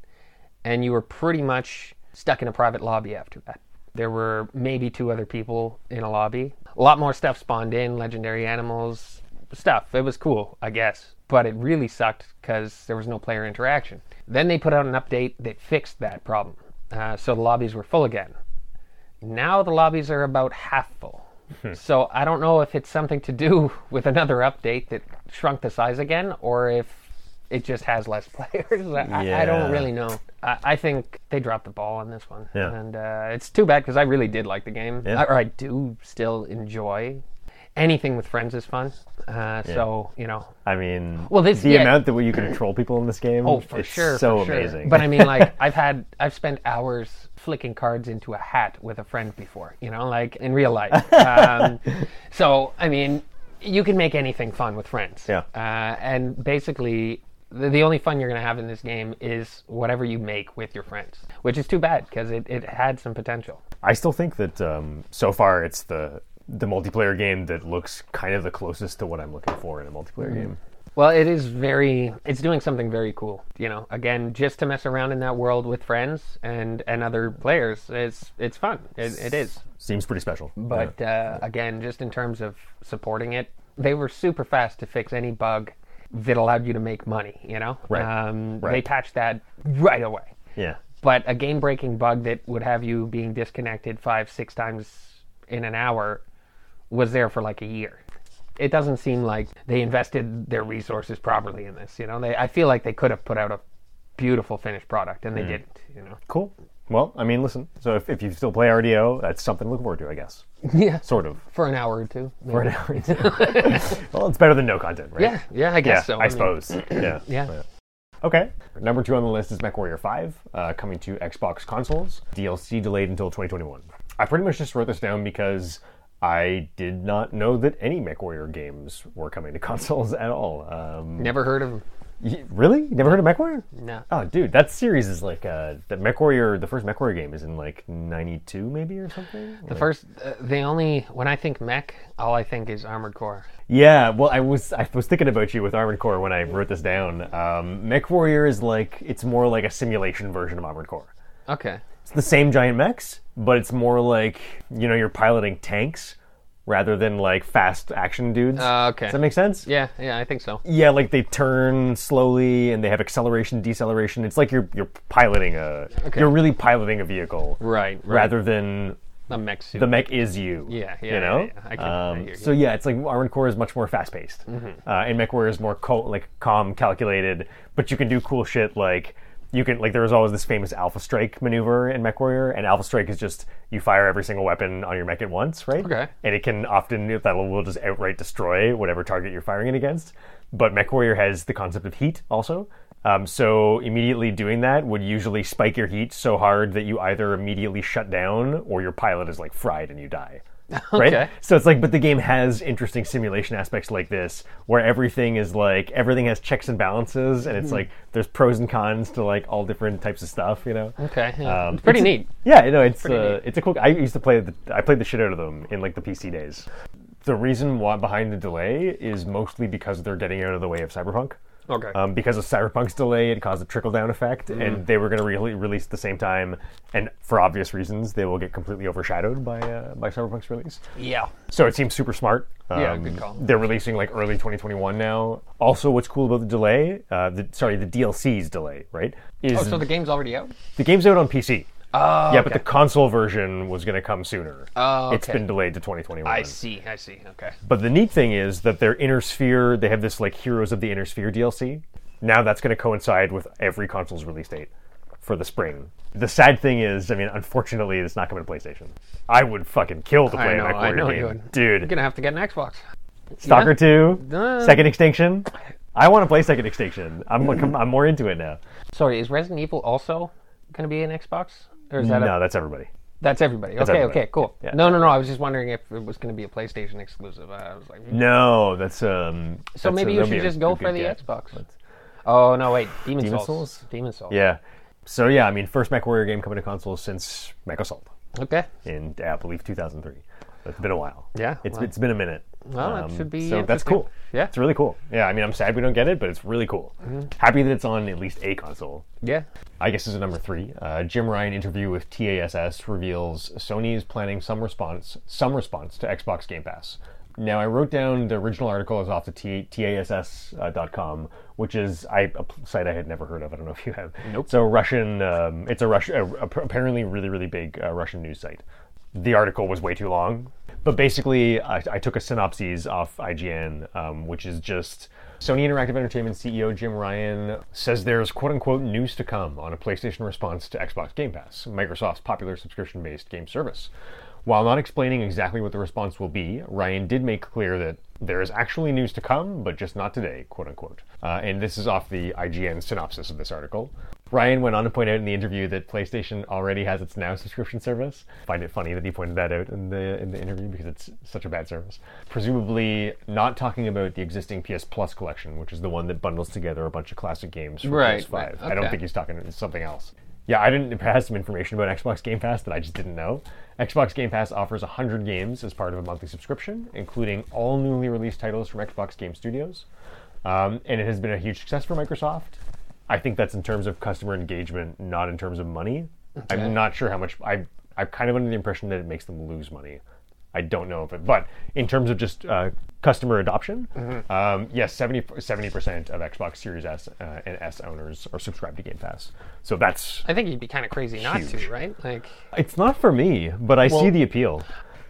S2: and you were pretty much stuck in a private lobby after that. There were maybe two other people in a lobby. A lot more stuff spawned in, legendary animals, stuff. It was cool, I guess. But it really sucked because there was no player interaction. Then they put out an update that fixed that problem. Uh, so the lobbies were full again. Now the lobbies are about half full.
S1: Hmm.
S2: so I don't know if it's something to do with another update that shrunk the size again or if it just has less players. I, I
S1: Yeah.
S2: don't really know. I, I think they dropped the ball on this one.
S1: Yeah.
S2: And uh, it's too bad because I really did like the game.
S1: Yeah.
S2: Or I do still enjoy. Anything with friends is fun. Uh, So, you know,
S1: I mean,
S2: Well, this-
S1: the
S2: yeah.
S1: amount that you can control people in this game.
S2: Oh, for
S1: it's
S2: sure.
S1: so
S2: for sure.
S1: amazing.
S2: But I mean, like, I've had, I've spent hours flicking cards into a hat with a friend before, you know, like in real life. Um, so, I mean, you can make anything fun with friends.
S1: Yeah.
S2: Uh, and basically, the, the only fun you're going to have in this game is whatever you make with your friends, which is too bad because it, it had some potential.
S1: I still think that um, so far it's the the multiplayer game that looks kind of the closest to what I'm looking for in a multiplayer
S2: Mm-hmm.
S1: game.
S2: Well, it is very. It's doing something very cool. You know, again, just to mess around in that world with friends and and other players, it's it's fun. It, it is.
S1: Seems pretty special.
S2: But uh, again, just in terms of supporting it, they were super fast to fix any bug that allowed you to make money. You know,
S1: Right.
S2: Um, They
S1: Right.
S2: patched that right away.
S1: yeah,
S2: But a game-breaking bug that would have you being disconnected five, six times in an hour was there for like a year. It doesn't seem like they invested their resources properly in this. You know, they, I feel like they could have put out a beautiful finished product,
S1: Hmm.
S2: and they didn't. You know.
S1: cool. Well, I mean, listen. So if, if you still play RDO, that's something to look forward to, I guess.
S2: Yeah.
S1: Sort of.
S2: For an hour or two. maybe.
S1: For now. well, it's better than no content, right?
S2: Yeah. Yeah. I guess
S1: Yeah,
S2: so.
S1: I,
S2: mean,
S1: suppose. yeah.
S2: Yeah.
S1: Okay. Number two on the list is MechWarrior 5, uh, coming to Xbox consoles. DLC delayed until 2021. I pretty much just wrote this down because I did not know that any MechWarrior games were coming to consoles at all. Um,
S2: Never heard of him.
S1: y- really? You Never heard of MechWarrior?
S2: No.
S1: Oh, dude, that series is like uh, the MechWarrior. The first MechWarrior game is in like '92, maybe or something.
S2: The first, uh, the only, when I think mech, all I think is Armored Core.
S1: Yeah, well, I was I was thinking about you with Armored Core when I wrote this down. Um, MechWarrior is like it's more like a simulation version of Armored Core.
S2: Okay.
S1: It's the same giant mechs, but it's more like you know you're piloting tanks rather than like fast action dudes.
S2: Uh, okay.
S1: Does that make sense?
S2: Yeah, yeah, I think so.
S1: Yeah, like they turn slowly and they have acceleration, deceleration. It's like you're you're piloting a you're really piloting a vehicle
S2: Right, right.
S1: rather than
S2: The mech suit.
S1: the mech is you.
S2: Yeah, yeah,
S1: You know?
S2: yeah, yeah. I can- I hear you.
S1: Um,
S2: Mm-hmm.
S1: So yeah, it's like Armored Core is much more fast paced, uh, and MechWarrior is more co- like calm, calculated. But you can do cool shit like you can like there was always this famous Alpha Strike maneuver in MechWarrior, and Alpha Strike is just you fire every single weapon on your mech at once, right?
S2: Okay.
S1: And it can often if that will just outright destroy whatever target you're firing it against. But MechWarrior has the concept of heat also. Um, so immediately doing that would usually spike your heat so hard that you either immediately shut down or your pilot is like fried and you die. Right?
S2: Okay.
S1: So it's like, but the game has interesting simulation aspects like this, where everything is like everything has checks and balances, and
S2: Hmm.
S1: it's like there's pros and cons to like all different types of stuff, you know.
S2: okay. yeah.
S1: Um,
S2: It's pretty neat.
S1: Yeah, no, it's
S2: Pretty
S1: uh,
S2: neat.
S1: it's a cool. I used to play the I played the shit out of them in like the PC days. The reason why behind the delay is mostly because they're getting out of the way of Cyberpunk.
S2: Okay.
S1: Um, because of Cyberpunk's delay, it caused a trickle down effect,
S2: Hmm.
S1: and they were going to re- release at the same time, and for obvious reasons, they will get completely overshadowed by uh, by Cyberpunk's release.
S2: yeah.
S1: So it seems super smart. Um,
S2: Yeah, good call.
S1: They're releasing like early 2021 now. Also, what's cool about the delay, uh, the, sorry, the DLC's delay, right? Is
S2: Oh, so the game's already out?
S1: the game's out on PC.
S2: Oh,
S1: yeah, but the console version was going to come sooner.
S2: Oh,
S1: It's
S2: okay.
S1: been delayed to 2021.
S2: I see, I see. Okay.
S1: But the neat thing is that their Inner Sphere, they have this like Heroes of the Inner Sphere DLC. Now that's going to coincide with every console's release date for the spring. The sad thing is, I mean, unfortunately, it's not coming to PlayStation. I would fucking kill to play
S2: know,
S1: an
S2: I know you
S1: game.
S2: would.
S1: Dude.
S2: You're going to have to get an Xbox.
S1: Stalker
S2: Yeah.
S1: 2,
S2: Uh.
S1: Second Extinction. I want to play Second Extinction. I'm like, I'm more into it now.
S2: Sorry, is Resident Evil also going to be an Xbox? Or is that a,
S1: no, that's everybody.
S2: that's everybody? okay,
S1: everybody.
S2: okay, cool.
S1: Yeah.
S2: No, no, no. I was just wondering if it was going to be a PlayStation exclusive. I was like,
S1: No, that's um.
S2: so
S1: that's-
S2: maybe you
S1: that'd be
S2: should
S1: a-
S2: just go
S1: a good
S2: for the
S1: guess.
S2: Xbox. Oh no, wait, Demon,
S1: Demon
S2: Souls.
S1: Souls?
S2: Demon Souls.
S1: Yeah. So yeah, I mean, first MechWarrior game coming to consoles since MechAssault
S2: Okay.
S1: in I believe 2003. It's been a while.
S2: Yeah,
S1: It's
S2: well.
S1: it's been a minute.
S2: Well, it should be
S1: Um, So that's
S2: interesting.
S1: cool.
S2: Yeah. Mm-hmm.
S1: It's really cool. Yeah. I mean, I'm sad we don't get it, but it's really cool. Happy that it's on at least a console.
S2: Yeah.
S1: I guess this is number three. Uh, Jim Ryan interview with TASS reveals Sony is planning some response, some response to Xbox Game Pass. Now, I wrote down the original article is off the T- TASS.com, uh, which is I, a p- site I had never heard of. I don't know if you have.
S2: Nope.
S1: So Russian, um, it's a Russian, a, a- apparently really really big uh, Russian news site. The article was way too long, but basically I, I took a synopsis off IGN, um, which is just Sony Interactive Entertainment CEO Jim Ryan says there's quote unquote news to come on a PlayStation response to Xbox Game Pass, Microsoft's popular subscription based game service. While not explaining exactly what the response will be, Ryan did make clear that there is actually news to come, but just not today, quote unquote. Uh, and this is off the IGN synopsis of this article. Ryan went on to point out in the interview that PlayStation already has its Now subscription service. I find it funny that he pointed that out in the in the interview because it's such a bad service. Presumably, not talking about the existing PS Plus collection, which is the one that bundles together a bunch of classic games for
S2: Right,
S1: PS5.
S2: right,
S1: I don't
S2: okay.
S1: think he's talking something else. Yeah, I didn't have some information about Xbox Game Pass that I just didn't know. Xbox Game Pass offers 100 games as part of a monthly subscription, including all newly released titles from Xbox Game Studios. Um, and it has been a huge success for Microsoft. I think that's in terms of customer engagement, not in terms of money. I'm not sure how much. I, I'm kind of under the impression that it makes them lose money. I don't know if it, but in terms of just uh, customer adoption, um, yes, 70 percent of Xbox Series S uh, and S owners are subscribed to Game Pass. So that's
S2: I think you'd be kind of crazy not
S1: Huge.
S2: to, right? Like,
S1: it's not for me, but I see
S2: Well-
S1: the appeal.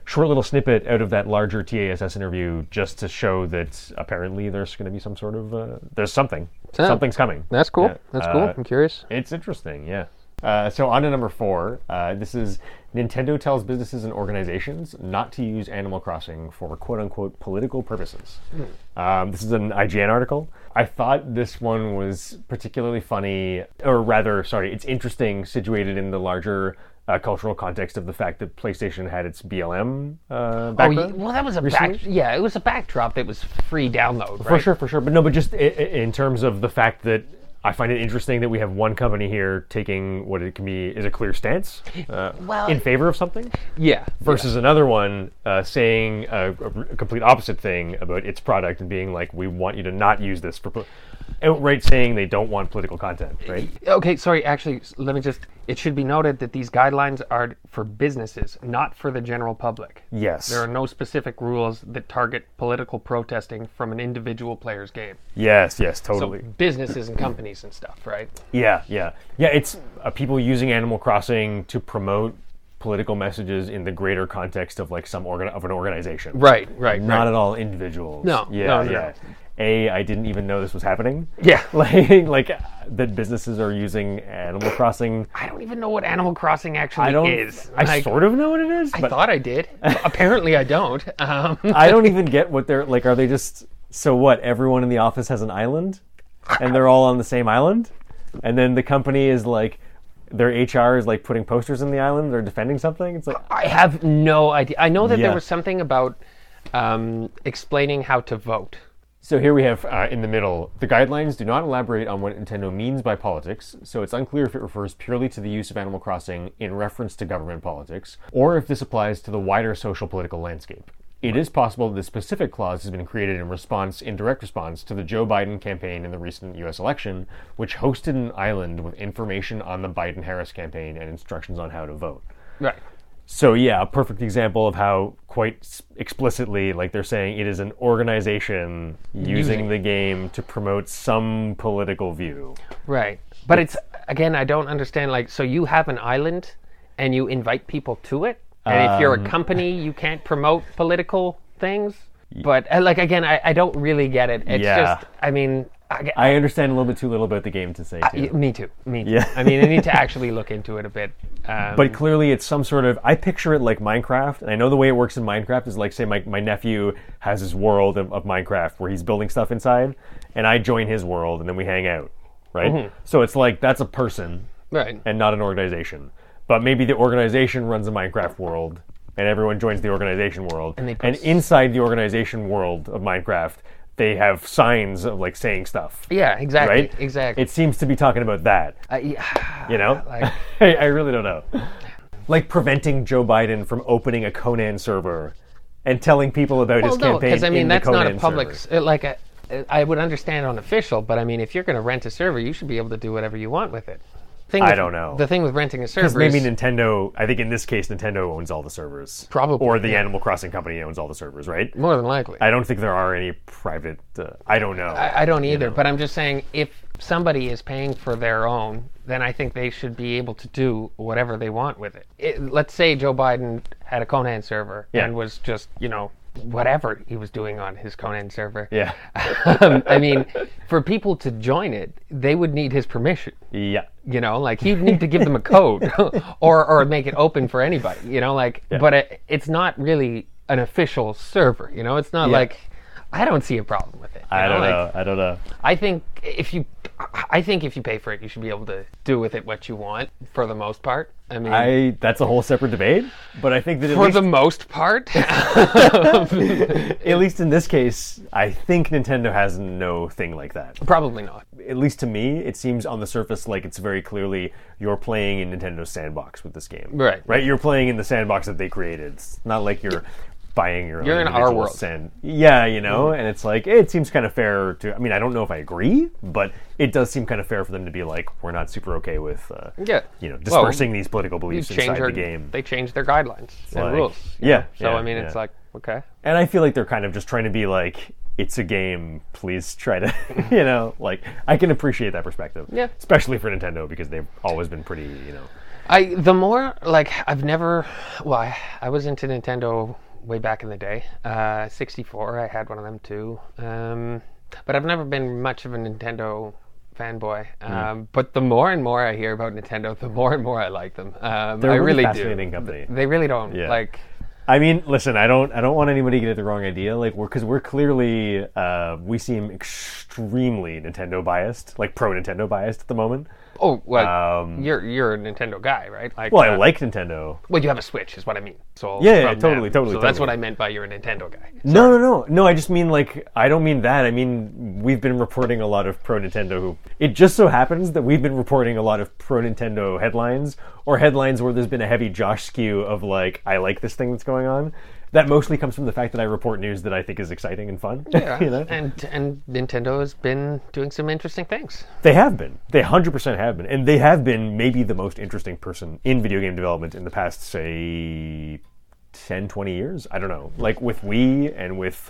S1: Short little snippet out of that larger TASS interview just to show that apparently there's going to be some sort of uh, there's something
S2: Yeah.
S1: something's coming.
S2: that's cool.
S1: Yeah.
S2: That's cool.
S1: Uh,
S2: I'm curious.
S1: It's interesting, yeah. Uh, so on to number four. Uh, this is Nintendo tells businesses and organizations not to use Animal Crossing for "quote unquote" political purposes. Um, this is an IGN article. I thought this one was particularly funny, or rather, sorry, it's interesting, situated in the larger uh, cultural context of the fact that PlayStation had its BLM uh,
S2: Oh,
S1: backbone.
S2: ye- well, that was a
S1: recently?
S2: back. Yeah, it was a backdrop that was free download, right?
S1: For sure, for sure. But no, but just i- i- in terms of the fact that I find it interesting that we have one company here taking what it can be is a clear stance uh,
S2: Well-
S1: in favor of something
S2: Yeah.
S1: versus another one uh, saying a, a r- a complete opposite thing about its product and being like, we want you to not use this for. pol-" Outright saying they don't want political content, right?
S2: Okay, sorry. Actually, s- let me just. It should be noted that these guidelines are for businesses, not for the general public.
S1: Yes.
S2: There are no specific rules that target political protesting from an individual player's game.
S1: Yes, yes,
S2: So
S1: totally.
S2: businesses and companies and stuff, right?
S1: Yeah, yeah, yeah. It's uh, people using Animal Crossing to promote political messages in the greater context of like some organ of an organization,
S2: Right, right,
S1: Not
S2: right.
S1: at all individuals.
S2: No,
S1: Yeah,
S2: no, no,
S1: yeah. A, I didn't even know this was happening.
S2: Yeah.
S1: like like uh, that businesses are using Animal Crossing.
S2: I don't even know what Animal Crossing actually
S1: I don't.
S2: is.
S1: I
S2: Like,
S1: sort of know what it is,
S2: I
S1: but
S2: thought I did. Apparently, I don't. Um,
S1: I don't even get what they're like. Are they just so what? Everyone in the office has an island, and they're all on the same island, and then the company is like, their HR is like putting posters in the island. They're defending something. It's like
S2: I have no idea. I know that
S1: Yeah.
S2: there was something about um, explaining how to vote.
S1: So here we have uh, in the middle the guidelines do not elaborate on what Nintendo means by politics, so it's unclear if it refers purely to the use of Animal Crossing in reference to government politics, or if this applies to the wider social political landscape. It is possible that this specific clause has been created in response, in direct response, to the Joe Biden campaign in the recent U.S. election, which hosted an island with information on the Biden-Harris campaign and instructions on how to vote.
S2: Right.
S1: So yeah, a perfect example of how quite s- explicitly, like they're saying, it is an organization using,
S2: Using.
S1: the game to promote some political view.
S2: Right. But it's again, I don't understand. Like, so you have an island, and you invite people to it, and if you're a company, you can't promote political things. But uh, like again, I, I don't really get it. It's
S1: Yeah.
S2: just, I mean, I, get-
S1: I understand a little bit too little about the game to say too,
S2: y- me too, me too.
S1: Yeah.
S2: I mean, I need to actually look into it a bit. Um,
S1: but clearly it's some sort of. I picture it like Minecraft, and I know the way it works in Minecraft is like say my my nephew has his world of, of Minecraft where he's building stuff inside, and I join his world, and then we hang out, right? So it's like that's a person
S2: right.
S1: and not an organization. But maybe the organization runs a Minecraft world, and everyone joins the organization world. And,
S2: they put s-
S1: inside the organization world of Minecraft, they have signs of like saying stuff.
S2: Yeah. Exactly.
S1: Right?
S2: Exactly.
S1: It seems to be talking about that.
S2: Uh, yeah.
S1: You know,
S2: Like-
S1: I, I really don't know. like preventing Joe Biden from opening a Conan server and telling people about
S2: Well,
S1: his
S2: no,
S1: campaign.
S2: because I mean
S1: in the
S2: that's not a
S1: Conan
S2: public.
S1: server.
S2: s- uh, Like a, I would understand on official, but I mean if you're going to rent a server, you should be able to do whatever you want with it. Thing
S1: I
S2: with-
S1: don't know.
S2: The thing with renting a server
S1: Maybe
S2: is
S1: Nintendo. I think in this case, Nintendo owns all the servers.
S2: Probably,
S1: Or the
S2: yeah.
S1: Animal Crossing company owns all the servers, right?
S2: more than likely.
S1: I don't think there are any private. Uh, I don't know.
S2: I, I don't either, but I'm just saying if somebody is paying for their own, then I think they should be able to do whatever they want with it. it let's say Joe Biden had a Conan server
S1: Yeah.
S2: and was just, you know, whatever he was doing on his Conan server.
S1: yeah.
S2: um, I mean, for people to join it, they would need his permission.
S1: yeah.
S2: You know, like he'd need to give them a code or, or make it open for anybody, you know, like, but it, it's not really an official server, you know, it's not like, I don't see a problem with it. you
S1: I don't
S2: like,
S1: know. I don't know.
S2: I think if you, I think if you pay for it, you should be able to do with it what you want for the most part. I mean,
S1: I that's a whole separate debate, but I think that at
S2: for
S1: least,
S2: the most part,
S1: at least in this case, I think Nintendo has no thing like that.
S2: probably not.
S1: At least to me, it seems on the surface like it's very clearly you're playing in Nintendo's sandbox with this game.
S2: Right.
S1: Right? You're playing in the sandbox that they created. It's not like you're buying your
S2: You're
S1: own
S2: in our
S1: individual
S2: world. Mm-hmm.
S1: sand. Yeah, you know, and it's like it seems kind of fair to I mean, I don't know if I agree, but it does seem kind of fair for them to be like we're not super okay with uh,
S2: Yeah.
S1: you know,
S2: Well,
S1: dispersing these political
S2: You
S1: beliefs
S2: change
S1: inside
S2: our,
S1: the game.
S2: They change their guidelines and
S1: Like,
S2: rules. you
S1: yeah,
S2: know? So
S1: yeah,
S2: I mean, it's
S1: yeah.
S2: like okay,
S1: And I feel like they're kind of just trying to be like, it's a game. Please try to, you know, like I can appreciate that perspective.
S2: Yeah.
S1: Especially for Nintendo because they've always been pretty, you know.
S2: I the more like I've never. Well, I, I was into Nintendo way back in the day. Uh, 64, I had one of them too. Um, but I've never been much of a Nintendo fanboy.
S1: Hmm.
S2: Um, But the more and more I hear about Nintendo, the more and more I like them. Um,
S1: They're
S2: I
S1: a really
S2: really
S1: fascinating
S2: do.
S1: company.
S2: They really don't
S1: Yeah.
S2: like.
S1: I mean, listen, I don't, I don't want anybody to get the wrong idea. Like, we're because we're clearly, uh, we seem extremely Nintendo biased, like pro Nintendo biased at the moment.
S2: Oh well,
S1: Um,
S2: you're you're a Nintendo guy, right? Like,
S1: Well, I
S2: uh,
S1: like Nintendo.
S2: well, you have a Switch, is what I mean. So
S1: Yeah, yeah,
S2: from
S1: totally,
S2: them.
S1: totally,
S2: So that's
S1: totally.
S2: what I meant by you're a Nintendo guy.
S1: No, no, no, no. I just mean like I don't mean that. I mean we've been reporting a lot of pro Nintendo. Who it just so happens that we've been reporting a lot of pro Nintendo headlines or headlines where there's been a heavy Josh skew of like I like this thing that's going on. That mostly comes from the fact that I report news that I think is exciting and fun.
S2: Yeah,
S1: you know?
S2: and and Nintendo has been doing some interesting things.
S1: They have been. They 100% have been. And they have been maybe the most interesting person in video game development in the past, say, 10, 20 years. I don't know. Like with Wii and with.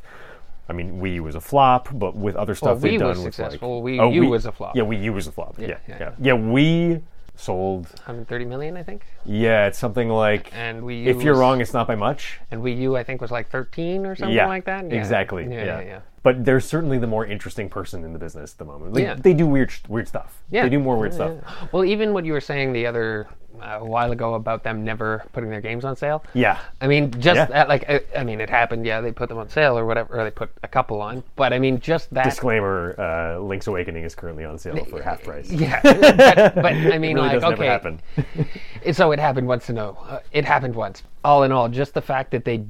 S1: I mean, Wii was a flop, but with other stuff
S2: Well,
S1: they've
S2: Wii
S1: done
S2: was
S1: with,
S2: successful.
S1: Like,
S2: Wii U was a flop.
S1: Yeah, Wii U was a flop. Yeah, yeah, yeah.
S2: yeah,
S1: Wii sold.
S2: 130 million, I think.
S1: Yeah, it's something like.
S2: And Wii U
S1: if you're
S2: was-
S1: wrong, it's not by much.
S2: And Wii U, I think, was like 13 or something like that. Yeah.
S1: Exactly.
S2: Yeah, yeah, yeah.
S1: But they're certainly the more interesting person in the business at the moment. Like,
S2: Yeah.
S1: They do weird, sh- weird stuff.
S2: Yeah.
S1: They do more weird stuff.
S2: Yeah. Well, even what you were saying the other uh, a while ago about them never putting their games on sale.
S1: Yeah.
S2: I mean, just
S1: Yeah.
S2: that, like, I, I mean, it happened. Yeah, they put them on sale or whatever, or they put a couple on. But I mean, just that.
S1: Disclaimer: uh, Link's Awakening is currently on sale for half price.
S2: yeah, but, but I
S1: really
S2: mean, like,
S1: does never
S2: okay,
S1: happen.
S2: And so it happened once in a uh, it happened once all in all just the fact that they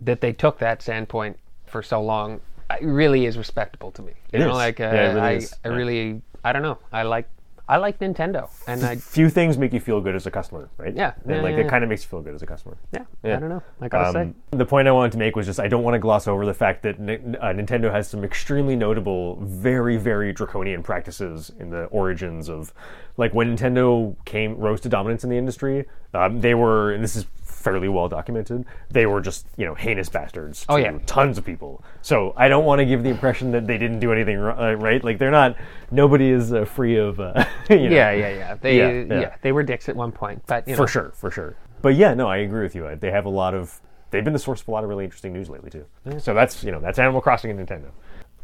S2: that they took that standpoint for so long uh, really is respectable to me you
S1: It
S2: know
S1: is.
S2: like uh,
S1: Yeah, it really
S2: I,
S1: is.
S2: I
S1: Yeah.
S2: really i don't know i like i like nintendo and i
S1: Few things make you feel good as a customer, right?
S2: Yeah.
S1: and
S2: Yeah,
S1: like
S2: yeah,
S1: it
S2: yeah.
S1: kind of makes you feel good as a customer.
S2: yeah,
S1: Yeah.
S2: i don't know i gotta
S1: Um, the point I wanted to make was just I don't want to gloss over the fact that Ni- uh, Nintendo has some extremely notable, very, very draconian practices in the origins of, like when Nintendo came rose to dominance in the industry, um, they were, and this is fairly well documented, they were just you know heinous bastards.
S2: Oh,
S1: to
S2: yeah.
S1: tons of people. So I don't want to give the impression that they didn't do anything ri- uh, right. Like they're not. Nobody is uh, free of. Uh, you know,
S2: say yeah yeah yeah they
S1: Yeah,
S2: yeah,
S1: yeah.
S2: they were dicks at one point but you know
S1: For sure, for sure. But yeah, no, I agree with you. They have a lot of. They've been the source of a lot of really interesting news lately too. So that's you know that's Animal Crossing and Nintendo.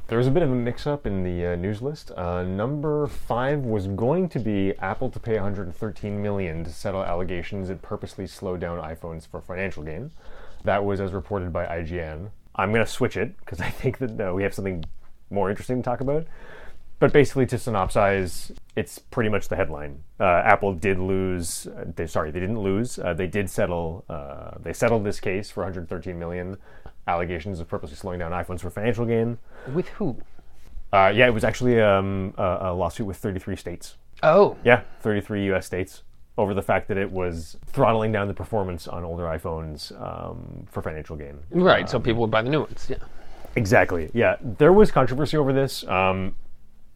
S1: There was a bit of a mix-up in the uh, news list. Uh, number five was going to be Apple to pay 113 million to settle allegations it purposely slowed down iPhones for financial gain. That was as reported by IGN. I'm going to switch it because I think that uh, we have something more interesting to talk about. But basically, to synopsize, it's pretty much the headline. Uh, Apple did lose. Uh, they, sorry, they didn't lose. Uh, they did settle. Uh, they settled this case for 113 million allegations of purposely slowing down iPhones for financial gain.
S2: with who
S1: Uh, yeah, it was actually um, a, a lawsuit with 33 states.
S2: oh
S1: Yeah, 33 U.S. states. over the fact that it was throttling down the performance on older iPhones um, for financial gain.
S2: Right,
S1: Um,
S2: so people would buy the new ones. Yeah.
S1: Exactly. Yeah, there was controversy over this. Um,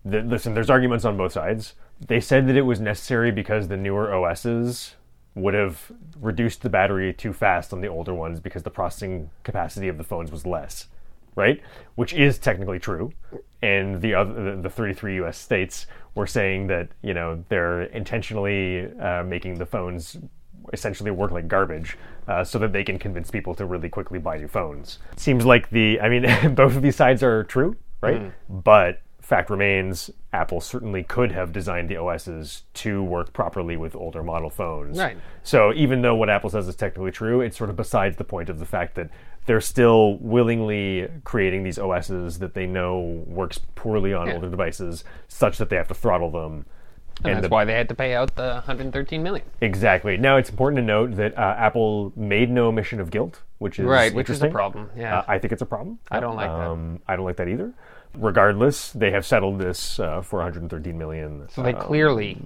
S1: th- listen, there's arguments on both sides. They said that it was necessary because the newer OSs would have reduced the battery too fast on the older ones because the processing capacity of the phones was less, right? Which is technically true. And the other, the- the 33 U.S. states were saying that you know they're intentionally uh, making the phones essentially work like garbage uh, so that they can convince people to really quickly buy new phones. Seems like the, I mean, both of these sides are true, right? But fact remains, Apple certainly could have designed the OSs to work properly with older model phones.
S2: Right.
S1: So even though what Apple says is technically true, it's sort of besides the point of the fact that they're still willingly creating these OSs that they know works poorly on older devices, such that they have to throttle them.
S2: And, that's
S1: the-
S2: why they had to pay out the 113 million.
S1: Exactly. Now it's important to note that uh, Apple made no omission of guilt, which is
S2: Right, which is a
S1: interesting.
S2: problem. Yeah.
S1: Uh, I think it's a problem.
S2: I don't like that.
S1: um, I don't like that either. Regardless, they have settled this uh, for 113 million.
S2: so they clearly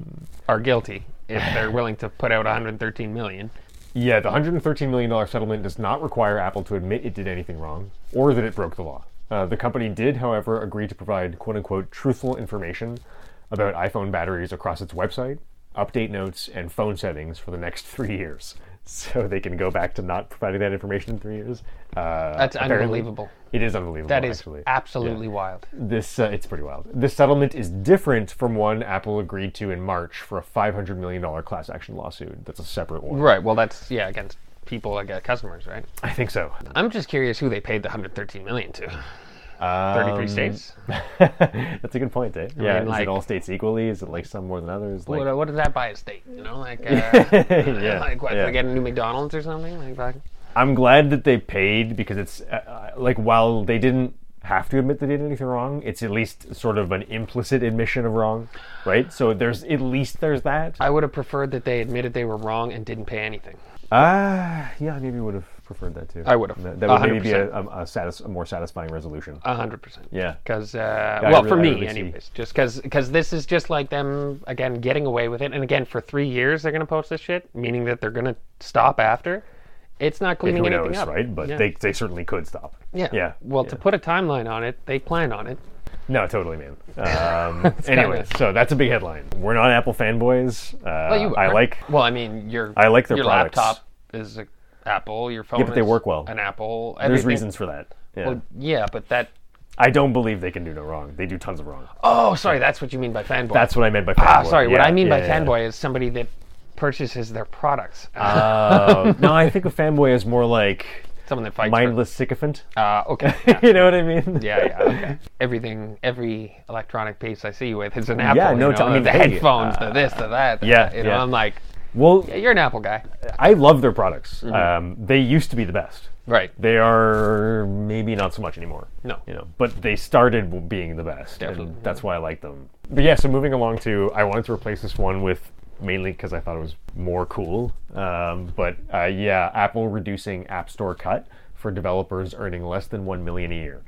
S2: are guilty if they're willing to put out 113 million.
S1: yeah, the 113 million dollar settlement does not require Apple to admit it did anything wrong or that it broke the law. Uh, the company did, however, agree to provide "quote unquote" truthful information about iPhone batteries across its website, update notes, and phone settings for the next three years. So they can go back to not providing that information in three years. Uh,
S2: That's
S1: apparently-
S2: unbelievable.
S1: It is unbelievable.
S2: That is
S1: actually.
S2: absolutely wild.
S1: This uh, it's pretty wild. This settlement is different from one Apple agreed to in March for a five hundred million dollar class action lawsuit. That's a separate one.
S2: Right. Well, that's yeah against people, against customers, right?
S1: I think so.
S2: I'm just curious who they paid the 113 million to.
S1: Um,
S2: 33 states.
S1: That's a good point, eh? Yeah.
S2: mean,
S1: is
S2: like-
S1: it all states equally? Is it like some more than others? Like,
S2: What, what does that buy a state? You know, like uh,
S1: yeah,
S2: like what?
S1: yeah.
S2: They get a new McDonald's or something. Like that.
S1: I'm glad that they paid because it's uh, uh, like while they didn't have to admit they did anything wrong, it's at least sort of an implicit admission of wrong, right? So there's at least there's that.
S2: I would have preferred that they admitted they were wrong and didn't pay anything.
S1: Ah, yeah, I maybe would have preferred that too.
S2: I would have.
S1: That, that would maybe be
S2: 100%.
S1: a, a, a, satis- a more satisfying resolution.
S2: A hundred percent.
S1: Yeah.
S2: Because uh,
S1: I
S2: well,
S1: really-
S2: for
S1: I
S2: me,
S1: really see.
S2: anyways, just because this is just like them again getting away with it, and again for three years they're gonna post this shit, meaning that they're gonna stop after. It's not cleaning
S1: Who
S2: anything
S1: knows,
S2: up,
S1: right? But
S2: yeah.
S1: they, they certainly could stop.
S2: yeah,
S1: Yeah.
S2: Well,
S1: yeah.
S2: to put a timeline on it, they plan on it.
S1: No, totally, man. Um, anyway,
S2: kinda-
S1: so that's a big headline. We're not Apple fanboys. Uh,
S2: Well, you
S1: I
S2: are.
S1: like.
S2: Well, I mean, your
S1: I like their
S2: your
S1: products.
S2: laptop is a Apple. Your phone.
S1: Yeah, but they
S2: is
S1: work well.
S2: An Apple.
S1: There's
S2: everything-
S1: reasons for that. Yeah.
S2: Well, yeah, but that.
S1: I don't believe they can do no wrong. They do tons of wrong.
S2: Oh, sorry. That's what you mean by fanboy.
S1: That's what I meant by fanboy.
S2: ah, sorry. what
S1: Yeah,
S2: I mean by
S1: yeah, yeah.
S2: fanboy is somebody that purchases their products.
S1: Uh, no, I think a fanboy is more like
S2: Someone that fights. for-
S1: mindless sycophant.
S2: Uh, okay.
S1: you know what I mean?
S2: Yeah, yeah, okay. Everything, every electronic piece I see you with is an Apple.
S1: Yeah, no,
S2: you know,
S1: I mean,
S2: the
S1: hey, uh,
S2: headphones, the this, the that. the
S1: yeah,
S2: that, you know,
S1: yeah.
S2: I'm like,
S1: Well,
S2: yeah, you're an Apple guy,
S1: I love their products. Um, they used to be the best.
S2: right?
S1: They are maybe not so much anymore.
S2: No.
S1: you know, but they started w- being the best,
S2: Definitely.
S1: and that's why I like them. But yeah, so moving along to, I wanted to replace this one with mainly because I thought it was more cool. Um, but uh, yeah, Apple reducing App Store cut for developers earning less than one million a year.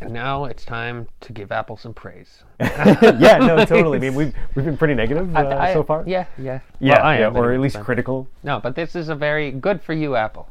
S2: And now it's time to give Apple some praise.
S1: Uh, yeah, no, totally. I mean, we've we've been pretty negative uh,
S2: I-
S1: so far.
S2: Yeah, yeah,
S1: yeah,
S2: Well, I
S1: yeah,
S2: am,
S1: or at
S2: anyway,
S1: least
S2: so.
S1: critical.
S2: no, but this is a very good for you, Apple.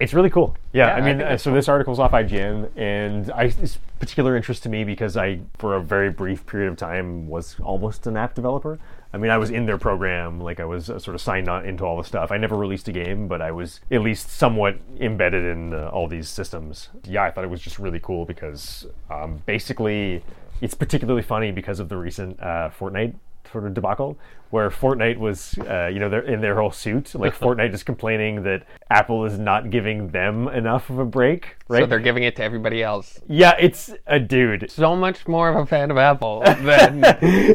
S1: It's really cool. Yeah,
S2: I
S1: I mean,
S2: think
S1: uh, so this article's off IGN, and I, it's particular interest to me because I, for a very brief period of time, was almost an app developer. I mean, I was in their program, like I was uh, sort of signed on into all the stuff. I never released a game, but I was at least somewhat embedded in uh, all these systems. Yeah, I thought it was just really cool because um, basically, it's particularly funny because of the recent uh, Fortnite sort of debacle where Fortnite was, uh, you know, they're in their whole suit. Like Fortnite is complaining that Apple is not giving them enough of a break, right?
S2: So they're giving it to everybody else.
S1: yeah, it's a dude.
S2: So much more of a fan of Apple than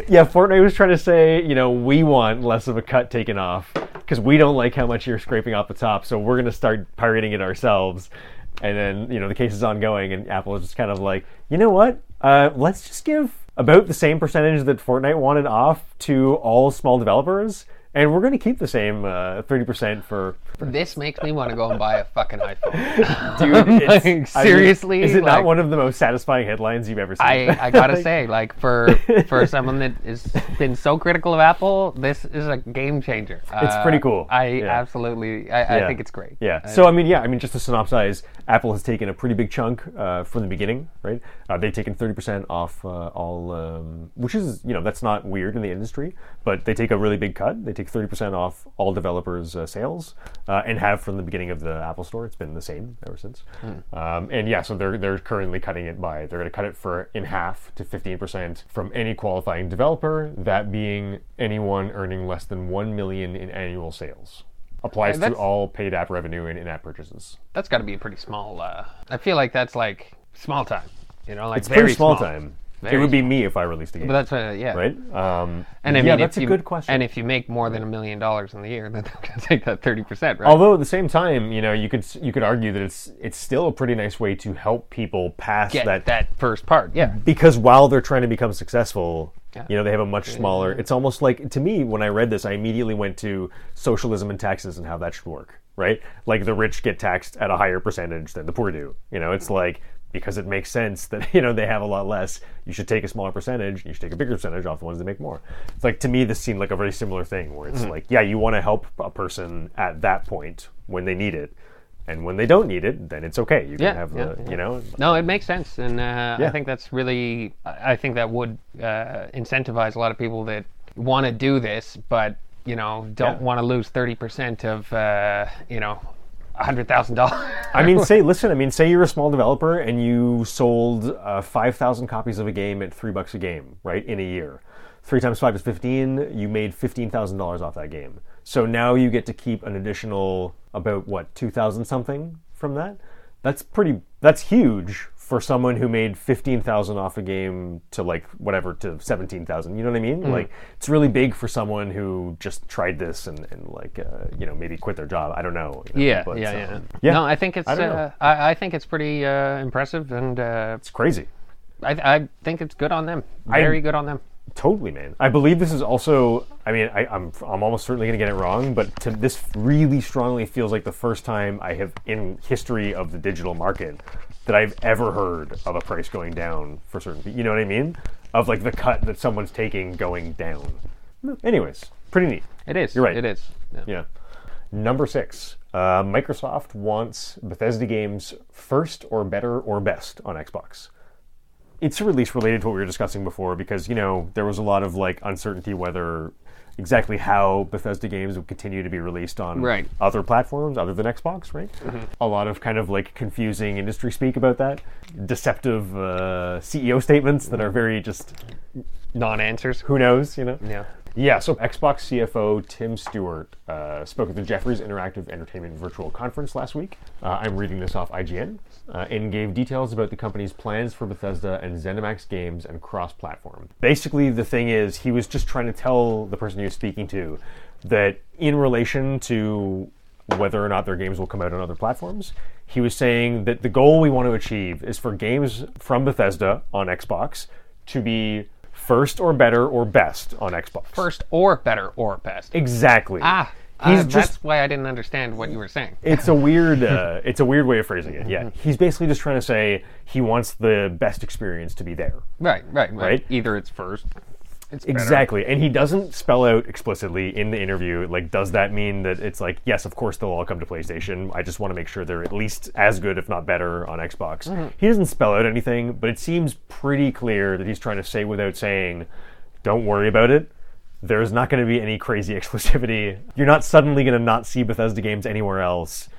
S1: Yeah, Fortnite was trying to say, you know, we want less of a cut taken off because we don't like how much you're scraping off the top, so we're going to start pirating it ourselves. And then, you know, the case is ongoing, and Apple is just kind of like, you know what? Uh, let's just give about the same percentage that Fortnite wanted off to all small developers. And we're going to keep the same uh, 30% for.
S2: This makes me want to go and buy a fucking iPhone.
S1: Dude,
S2: Like,
S1: I mean,
S2: seriously?
S1: is it not
S2: Like-
S1: one of the most satisfying headlines you've ever seen?
S2: I, I gotta say, like for for someone that has been so critical of Apple, this is a game changer. Uh,
S1: It's pretty cool.
S2: I
S1: Yeah.
S2: absolutely, I,
S1: Yeah.
S2: I think it's great.
S1: Yeah. So I mean, yeah. I mean, just to synopsize, Apple has taken a pretty big chunk uh, from the beginning, right? Uh, they've taken thirty percent off uh, all, um, which is you know that's not weird in the industry, but they take a really big cut. They take thirty percent off all developers' uh, sales, uh, and have from the beginning of the Apple Store. It's been the same ever since.
S2: Hmm.
S1: Um, and yeah, so they're they're currently cutting it by they're going to cut it for in half to fifteen percent from any qualifying developer, that being anyone earning less than one million in annual sales applies
S2: And
S1: to
S2: that's-
S1: all paid app revenue and in-app purchases.
S2: that's got to be a pretty small. Uh, I feel like that's like small time. You know, like
S1: It's
S2: very
S1: pretty small, time. it
S2: Very
S1: would be me if I released a game,
S2: But that's what, yeah.
S1: right? Um,
S2: And I
S1: yeah,
S2: mean,
S1: that's a
S2: if you,
S1: good question.
S2: And if you make more than a million dollars in the year, then they're gonna take that thirty percent, right?
S1: Although at the same time, you know, you could s- you could argue that it's it's still a pretty nice way to help people pass
S2: Get
S1: that,
S2: that, first part, yeah.
S1: because while they're trying to become successful,
S2: Yeah.
S1: you know, they have a much smaller. It's almost like to me when I read this, I immediately went to socialism and taxes and how that should work, right? Like the rich get taxed at a higher percentage than the poor do. You know, it's like because it makes sense that you know they have a lot less. You should take a smaller percentage. You should take a bigger percentage off the ones that make more. It's like to me this seemed like a very similar thing where
S2: Mm-hmm.
S1: it's like yeah, you want to help a person at that point when they need it. And when they don't need it, then it's okay. You can
S2: Yeah,
S1: have the,
S2: yeah,
S1: you know,
S2: No, it makes sense, and uh,
S1: Yeah.
S2: I think that's really. I I think that would uh, incentivize a lot of people that want to do this, but you know, don't
S1: Yeah.
S2: want to lose thirty percent of uh, you know, hundred thousand dollars.
S1: I mean, say, listen. I mean, say you're a small developer and you sold uh, five thousand copies of a game at three bucks a game, right? In a year, three times five is fifteen. You made fifteen thousand dollars off that game. So now you get to keep an additional about what two thousand something from that. That's pretty. That's huge for someone who made fifteen thousand off a game to like whatever to seventeen thousand. You know what I mean?
S2: Mm.
S1: Like it's really big for someone who just tried this and, and like uh, you know maybe quit their job. I don't know. you know,
S2: Yeah,
S1: but,
S2: yeah,
S1: um,
S2: yeah,
S1: yeah.
S2: No, I think it's.
S1: I don't know.
S2: uh, I, I think it's pretty uh, impressive, and uh,
S1: It's crazy.
S2: I, I think it's good on them. Very good on them.
S1: Totally, man. I believe this is also. I mean, I, I'm I'm almost certainly going to get it wrong, but to, this really strongly feels like the first time I have in history of the digital market that I've ever heard of a price going down for certain. You know what I mean? Of like the cut that someone's taking going down. Anyways, pretty neat.
S2: It is.
S1: You're right.
S2: It is. Yeah.
S1: Yeah. Number six, uh, Microsoft wants Bethesda games first or better or best on Xbox. It's a release related to what we were discussing before because, you know, there was a lot of like uncertainty whether exactly how Bethesda games would continue to be released on
S2: Right. Mm-hmm.
S1: other platforms other than Xbox, right? A lot of kind of like confusing industry speak about that, deceptive uh, CEO statements that are very just
S2: Non-answers.
S1: who knows, you know?
S2: Yeah.
S1: Yeah, so Xbox CFO Tim Stewart uh, spoke at the Jefferies Interactive Entertainment Virtual Conference last week. Uh, I'm reading this off IGN uh, and gave details about the company's plans for Bethesda and ZeniMax games and cross platform. Basically, the thing is, he was just trying to tell the person he was speaking to that in relation to whether or not their games will come out on other platforms. He was saying that the goal we want to achieve is for games from Bethesda on Xbox to be first or better or best on Xbox.
S2: First or better or best.
S1: Exactly.
S2: Ah,
S1: he's
S2: uh,
S1: just.
S2: that's why I didn't understand what you were saying.
S1: It's a weird. Uh, it's a weird way of phrasing it.
S2: Mm-hmm.
S1: Yeah, he's basically just trying to say he wants the best experience to be there.
S2: Right, right, right.
S1: Right?
S2: Either it's first, it's better.
S1: Exactly, and he doesn't spell out explicitly in the interview. Like, does that mean that it's like, yes, of course they'll all come to PlayStation. I just want to make sure they're at least as good, if not better, on Xbox.
S2: Mm-hmm.
S1: He doesn't spell out anything, but it seems pretty clear that he's trying to say without saying, "Don't worry about it." There's not going to be any crazy exclusivity. You're not suddenly going to not see Bethesda games anywhere else.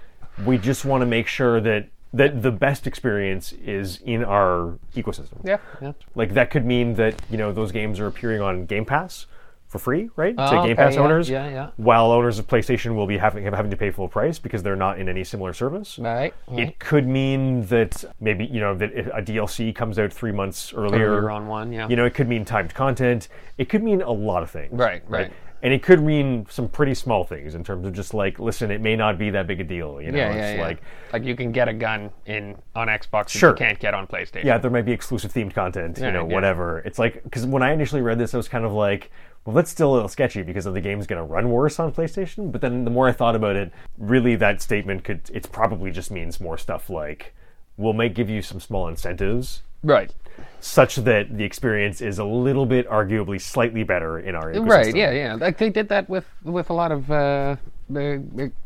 S1: We just want to make sure that that the best experience is in our ecosystem.
S2: Yeah, yeah.
S1: Like that could mean that you know those games are appearing on Game Pass for free, right? to
S2: Oh,
S1: Game
S2: okay,
S1: Pass
S2: yeah,
S1: owners.
S2: yeah, yeah.
S1: While owners of PlayStation will be having having to pay full price because they're not in any similar service.
S2: Right.
S1: It could mean that maybe you know that if a DLC comes out three months earlier.
S2: Earlier on one, yeah.
S1: You know, it could mean timed content. It could mean a lot of things.
S2: Right, right.
S1: and it could mean some pretty small things in terms of just like, listen, it may not be that big a deal. You know,
S2: Yeah,
S1: it's
S2: yeah, yeah.
S1: like,
S2: like you can get a gun in on Xbox that
S1: Sure.
S2: you can't get on PlayStation.
S1: yeah, there might be exclusive themed content, you
S2: Yeah,
S1: know,
S2: yeah.
S1: whatever. It's like because when I initially read this, I was kind of like, well, that's still a little sketchy because the game's going to run worse on PlayStation. But then the more I thought about it, really, that statement could it probably just means more stuff like we'll make give you some small incentives
S2: Right.
S1: such that the experience is a little bit arguably slightly better in our ecosystem.
S2: Right. Yeah. Yeah. Like they did that with with a lot of uh, uh,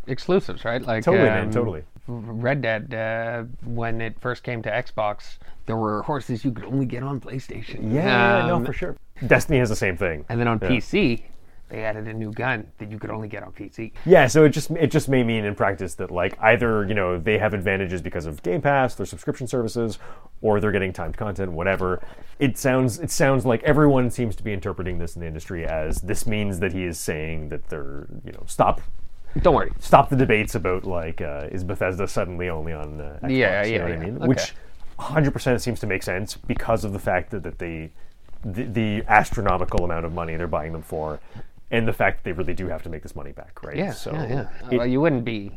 S2: exclusives, right? Like
S1: Totally, man,
S2: um,
S1: totally.
S2: Red Dead, uh, when it first came to Xbox, there were horses you could only get on PlayStation.
S1: Yeah,
S2: Um,
S1: no, for sure. Destiny has the same thing.
S2: And then on PC, they added a new gun that you could only get on PC.
S1: Yeah, so it just it just may mean in practice that like either you know they have advantages because of Game Pass, their subscription services, or they're getting timed content, whatever. It sounds it sounds like everyone seems to be interpreting this in the industry as this means that he is saying that they're you know stop
S2: Don't worry.
S1: stop the debates about like uh, is Bethesda suddenly only on uh, Xbox,
S2: Yeah,
S1: you
S2: yeah,
S1: know what I
S2: yeah.
S1: mean?
S2: Okay.
S1: Which 100% seems to make sense because of the fact that, that they the, the astronomical amount of money they're buying them for and the fact that they really do have to make this money back, right?
S2: Yeah.
S1: so
S2: yeah, yeah.
S1: it-
S2: well, you wouldn't be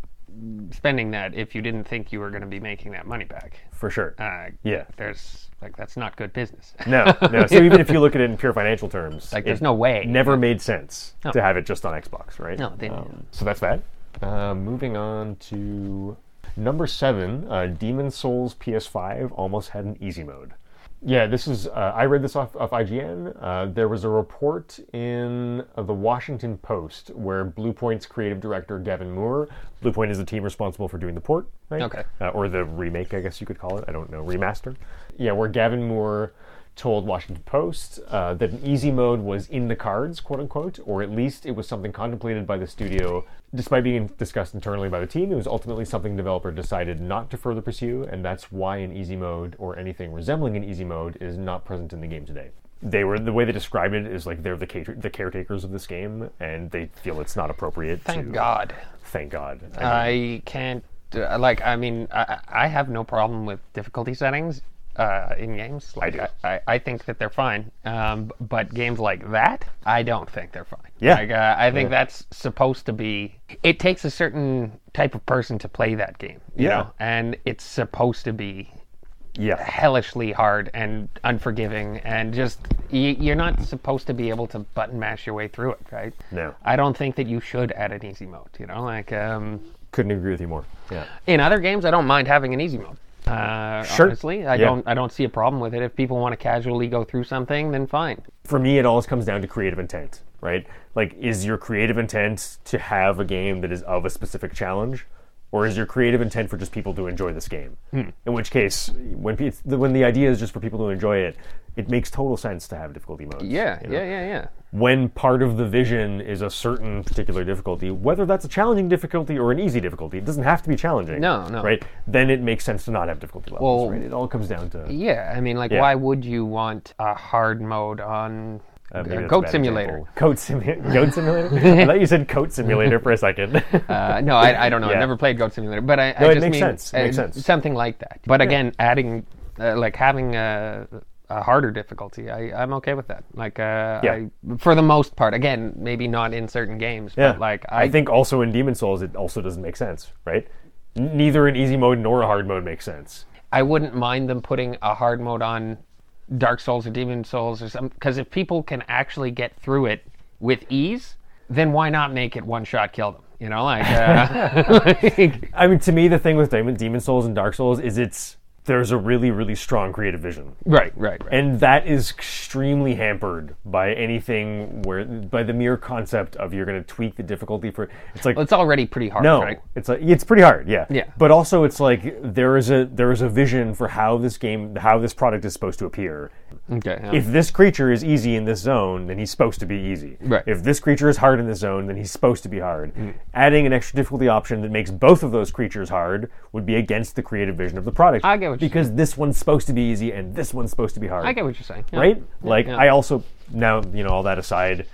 S2: spending that if you didn't think you were going to be making that money back.
S1: for sure.
S2: Uh,
S1: yeah.
S2: There's like that's not good business.
S1: No, no. So even if you look at it in pure financial terms,
S2: Like there's
S1: it
S2: no way.
S1: never made sense to have it just on Xbox, right? Um,
S2: No, they-
S1: so that's that. Uh, moving on to number seven, uh, Demon Souls PS5 almost had an easy mode. Yeah, this is. Uh, I read this off of IGN. Uh, there was a report in uh, the Washington Post where Bluepoint's creative director Gavin Moore. Bluepoint is the team responsible for doing the port, right?
S2: Okay.
S1: uh, or the remake, I guess you could call it. I don't know, remaster. Yeah, where Gavin Moore told Washington Post uh, that an easy mode was in the cards, quote unquote, or at least it was something contemplated by the studio. Despite being discussed internally by the team, it was ultimately something the developer decided not to further pursue, and that's why an easy mode or anything resembling an easy mode is not present in the game today. They were the way they describe it is like they're the cater- the caretakers of this game, and they feel it's not appropriate. to,
S2: Thank God.
S1: Thank God. I
S2: I can't uh, like I mean I, I have no problem with difficulty settings uh, in games. Like,
S1: do.
S2: I, I, I think that they're fine. Um, b- but games like that, I don't think they're fine.
S1: Yeah.
S2: Like, uh, I think that's supposed to be. It takes a certain type of person to play that game. You
S1: Yeah.
S2: Know? And it's supposed to be
S1: yeah.
S2: hellishly hard and unforgiving and just y- you're not supposed to be able to button mash your way through it right
S1: No.
S2: i don't think that you should add an easy mode you know like um
S1: Couldn't agree with you more. Yeah.
S2: in other games i don't mind having an easy mode uh,
S1: Sure.
S2: honestly i
S1: Yeah.
S2: don't i don't see a problem with it if people want to casually go through something then fine
S1: for me, it always comes down to creative intent, right? Like, is your creative intent to have a game that is of a specific challenge, or is your creative intent for just people to enjoy this game?
S2: Hmm.
S1: In which case, when pe- it's- when the idea is just for people to enjoy it, it makes total sense to have difficulty modes.
S2: yeah
S1: you know?
S2: yeah yeah yeah
S1: When part of the vision is a certain particular difficulty, whether that's a challenging difficulty or an easy difficulty, it doesn't have to be challenging.
S2: No, no.
S1: Right? Then it makes sense to not have difficulty levels.
S2: Well-
S1: right? It all comes down to
S2: yeah i mean like
S1: Yeah.
S2: why would you want a hard mode on
S1: Uh, maybe
S2: uh,
S1: that's a
S2: goat
S1: bad
S2: simulator
S1: example. Goat, simu- goat simulator? I thought you said coat simulator for a second.
S2: Uh, no, I, I don't know.
S1: Yeah.
S2: I've never played Goat Simulator, but I, I
S1: it
S2: just
S1: makes
S2: mean
S1: sense. It
S2: uh,
S1: makes sense.
S2: something like that. But again, adding uh, like having a, a harder difficulty, I, I'm okay with that. Like, uh,
S1: Yeah.
S2: I, for the most part, again, maybe not in certain games,
S1: yeah.
S2: but like I,
S1: think also in Demon Souls, it also doesn't make sense, right? N- Neither an easy mode nor a hard mode makes sense.
S2: I wouldn't mind them putting a hard mode on Dark Souls or Demon Souls or something. Because if people can actually get through it with ease, then why not make it one shot kill them? You know, like, uh, like
S1: I mean, to me, the thing with Demon, Demon Souls and Dark Souls is it's there's a really, really strong creative vision.
S2: right, right, right.
S1: And that is extremely hampered by anything where, by the mere concept of you're going to tweak the difficulty for. It's like,
S2: it's already pretty hard,
S1: No,
S2: right?
S1: it's like it's pretty hard. Yeah.
S2: Yeah.
S1: But also, it's like there is a there is a vision for how this game, how this product is supposed to appear.
S2: Okay. yeah.
S1: If this creature is easy in this zone, then he's supposed to be easy.
S2: Right. Mm.
S1: If this creature is hard in this zone, then he's supposed to be hard. Adding an extra difficulty option that makes both of those creatures hard would be against the creative vision of the product.
S2: I get what you're
S1: because this one's supposed to be easy and this one's supposed to be hard
S2: I get what you're saying. yeah.
S1: right? Like
S2: yeah.
S1: I also now you know all that aside,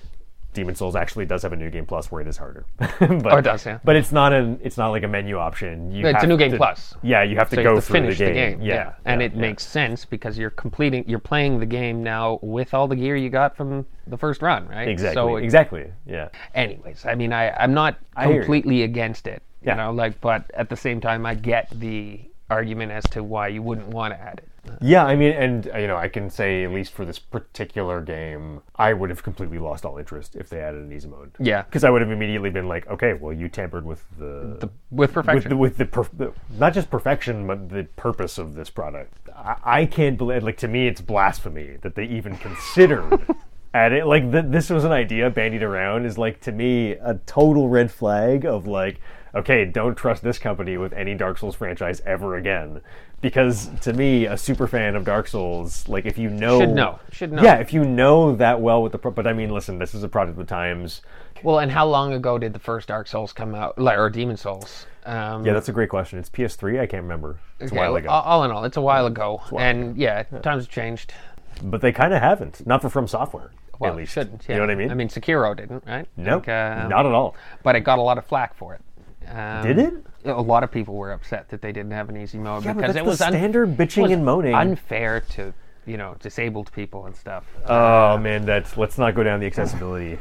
S1: Demon Souls actually does have a new game plus where it is harder. but,
S2: Oh, it does, yeah.
S1: But it's not an it's not like a menu option. You
S2: It's a
S1: have
S2: new game
S1: to-
S2: plus.
S1: Yeah, you have to
S2: So you
S1: go
S2: have to
S1: through
S2: finish
S1: the game. Yeah,
S2: and
S1: yeah,
S2: it
S1: yeah.
S2: makes sense because you're completing, you're playing the game now with all the gear you got from the first run, right?
S1: exactly
S2: So it-
S1: exactly. Yeah,
S2: anyways, I mean, I I'm not
S1: hear you.
S2: completely against it,
S1: Yeah.
S2: you know, like, but at the same time, I get the argument as to why you wouldn't want to add it.
S1: yeah. I mean, and uh, you know, I can say at least for this particular game, I would have completely lost all interest if they added an easy mode.
S2: Yeah.
S1: because I would have immediately been like, okay, well, you tampered with the,
S2: The, with
S1: with
S2: perfection.
S1: the, with the, per, the not just perfection but the purpose of this product i, I can't believe like to me it's blasphemy that they even considered at it like th- this was an idea bandied around is like to me a total red flag of like okay don't trust this company with any dark souls franchise ever again because to me a super fan of dark souls like if you know
S2: Should know. Should know.
S1: yeah if you know that well with the pro- but i mean listen this is a product of the times
S2: well, and how long ago did the first Dark Souls come out, like, or Demon Souls? Um,
S1: yeah that's a great question it's ps3 i can't remember it's a
S2: yeah,
S1: while ago
S2: All, all in all, it's a while ago, and yeah, times have changed.
S1: but they kind of haven't. Not for From Software,
S2: Well,
S1: at
S2: it
S1: least.
S2: shouldn't.
S1: You
S2: yeah.
S1: know what I mean?
S2: I mean, Sekiro didn't, right?
S1: no,
S2: Like, um,
S1: not at all.
S2: But it got a lot of flack for it. Um,
S1: Did it?
S2: A lot of people were upset that they didn't have an easy mode
S1: Yeah, but
S2: because
S1: that's
S2: it
S1: the
S2: was un-
S1: standard bitching
S2: was
S1: and moaning.
S2: unfair to you know disabled people and stuff.
S1: Oh man, that's let's not go down the accessibility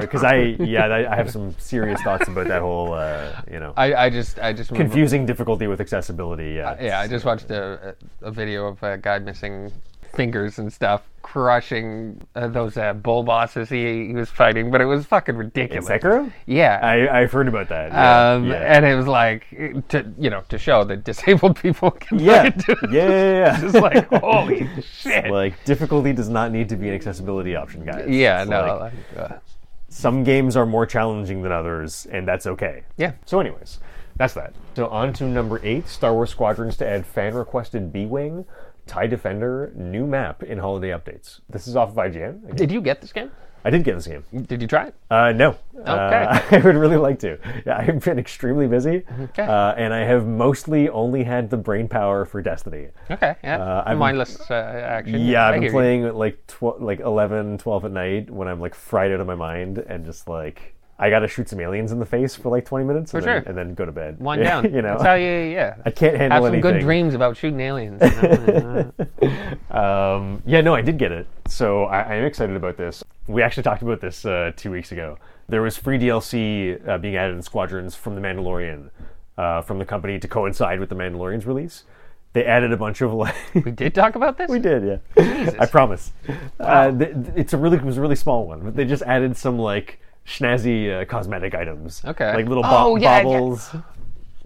S1: because I yeah I I have some serious thoughts about that whole uh, you know
S2: I, I just I just remember-
S1: confusing difficulty with accessibility. Yeah,
S2: Yeah, I just watched a, a video of a guy missing fingers and stuff, crushing uh, those uh, bull bosses he, he was fighting, but it was fucking ridiculous.
S1: Sekiro.
S2: Yeah.
S1: I, I've heard about that. Yeah,
S2: um,
S1: yeah.
S2: And it was like to you know to show that disabled people can
S1: yeah.
S2: fucking do it.
S1: yeah, yeah, yeah.
S2: It's like holy shit.
S1: like difficulty does not need to be an accessibility option, guys.
S2: yeah,
S1: It's
S2: no.
S1: like,
S2: like, uh,
S1: some games are more challenging than others, and that's okay.
S2: Yeah.
S1: So, anyways, that's that. So, on to number eight Star Wars Squadrons to add fan requested B Wing, TIE Defender, new map in holiday updates. This is off of IGN. Again,
S2: Did you get this game?
S1: I did get this game.
S2: Did you try it?
S1: Uh, no. Okay. I would really like to. Yeah, I've been extremely busy,
S2: Okay.
S1: uh, and I have mostly only had the brain power for Destiny.
S2: Okay, yeah.
S1: I've-
S2: Mindless uh, action.
S1: Yeah,
S2: I
S1: I've been
S2: hear you.
S1: playing at like tw- like 11, 12 at night when I'm like fried out of my mind and just like I gotta shoot some aliens in the face for like twenty minutes and,
S2: For
S1: then,
S2: sure.
S1: and then go to bed.
S2: One down.
S1: you know,
S2: That's how you. Yeah.
S1: I can't handle
S2: Have some
S1: anything.
S2: good dreams about shooting aliens. you know?
S1: Um, yeah, no, I did get it, so I, I am excited about this. We actually talked about this uh, two weeks ago. There was free DLC uh, being added in Squadrons from The Mandalorian, uh, from the company to coincide with The Mandalorian's release. They added a bunch of like
S2: we did talk about this.
S1: We did, yeah. I promise. Uh, th- th- it's a really, it was a really small one, but they just added some like schnazzy uh, cosmetic items.
S2: Okay.
S1: Like little bo-
S2: Oh, yeah, yeah.
S1: baubles,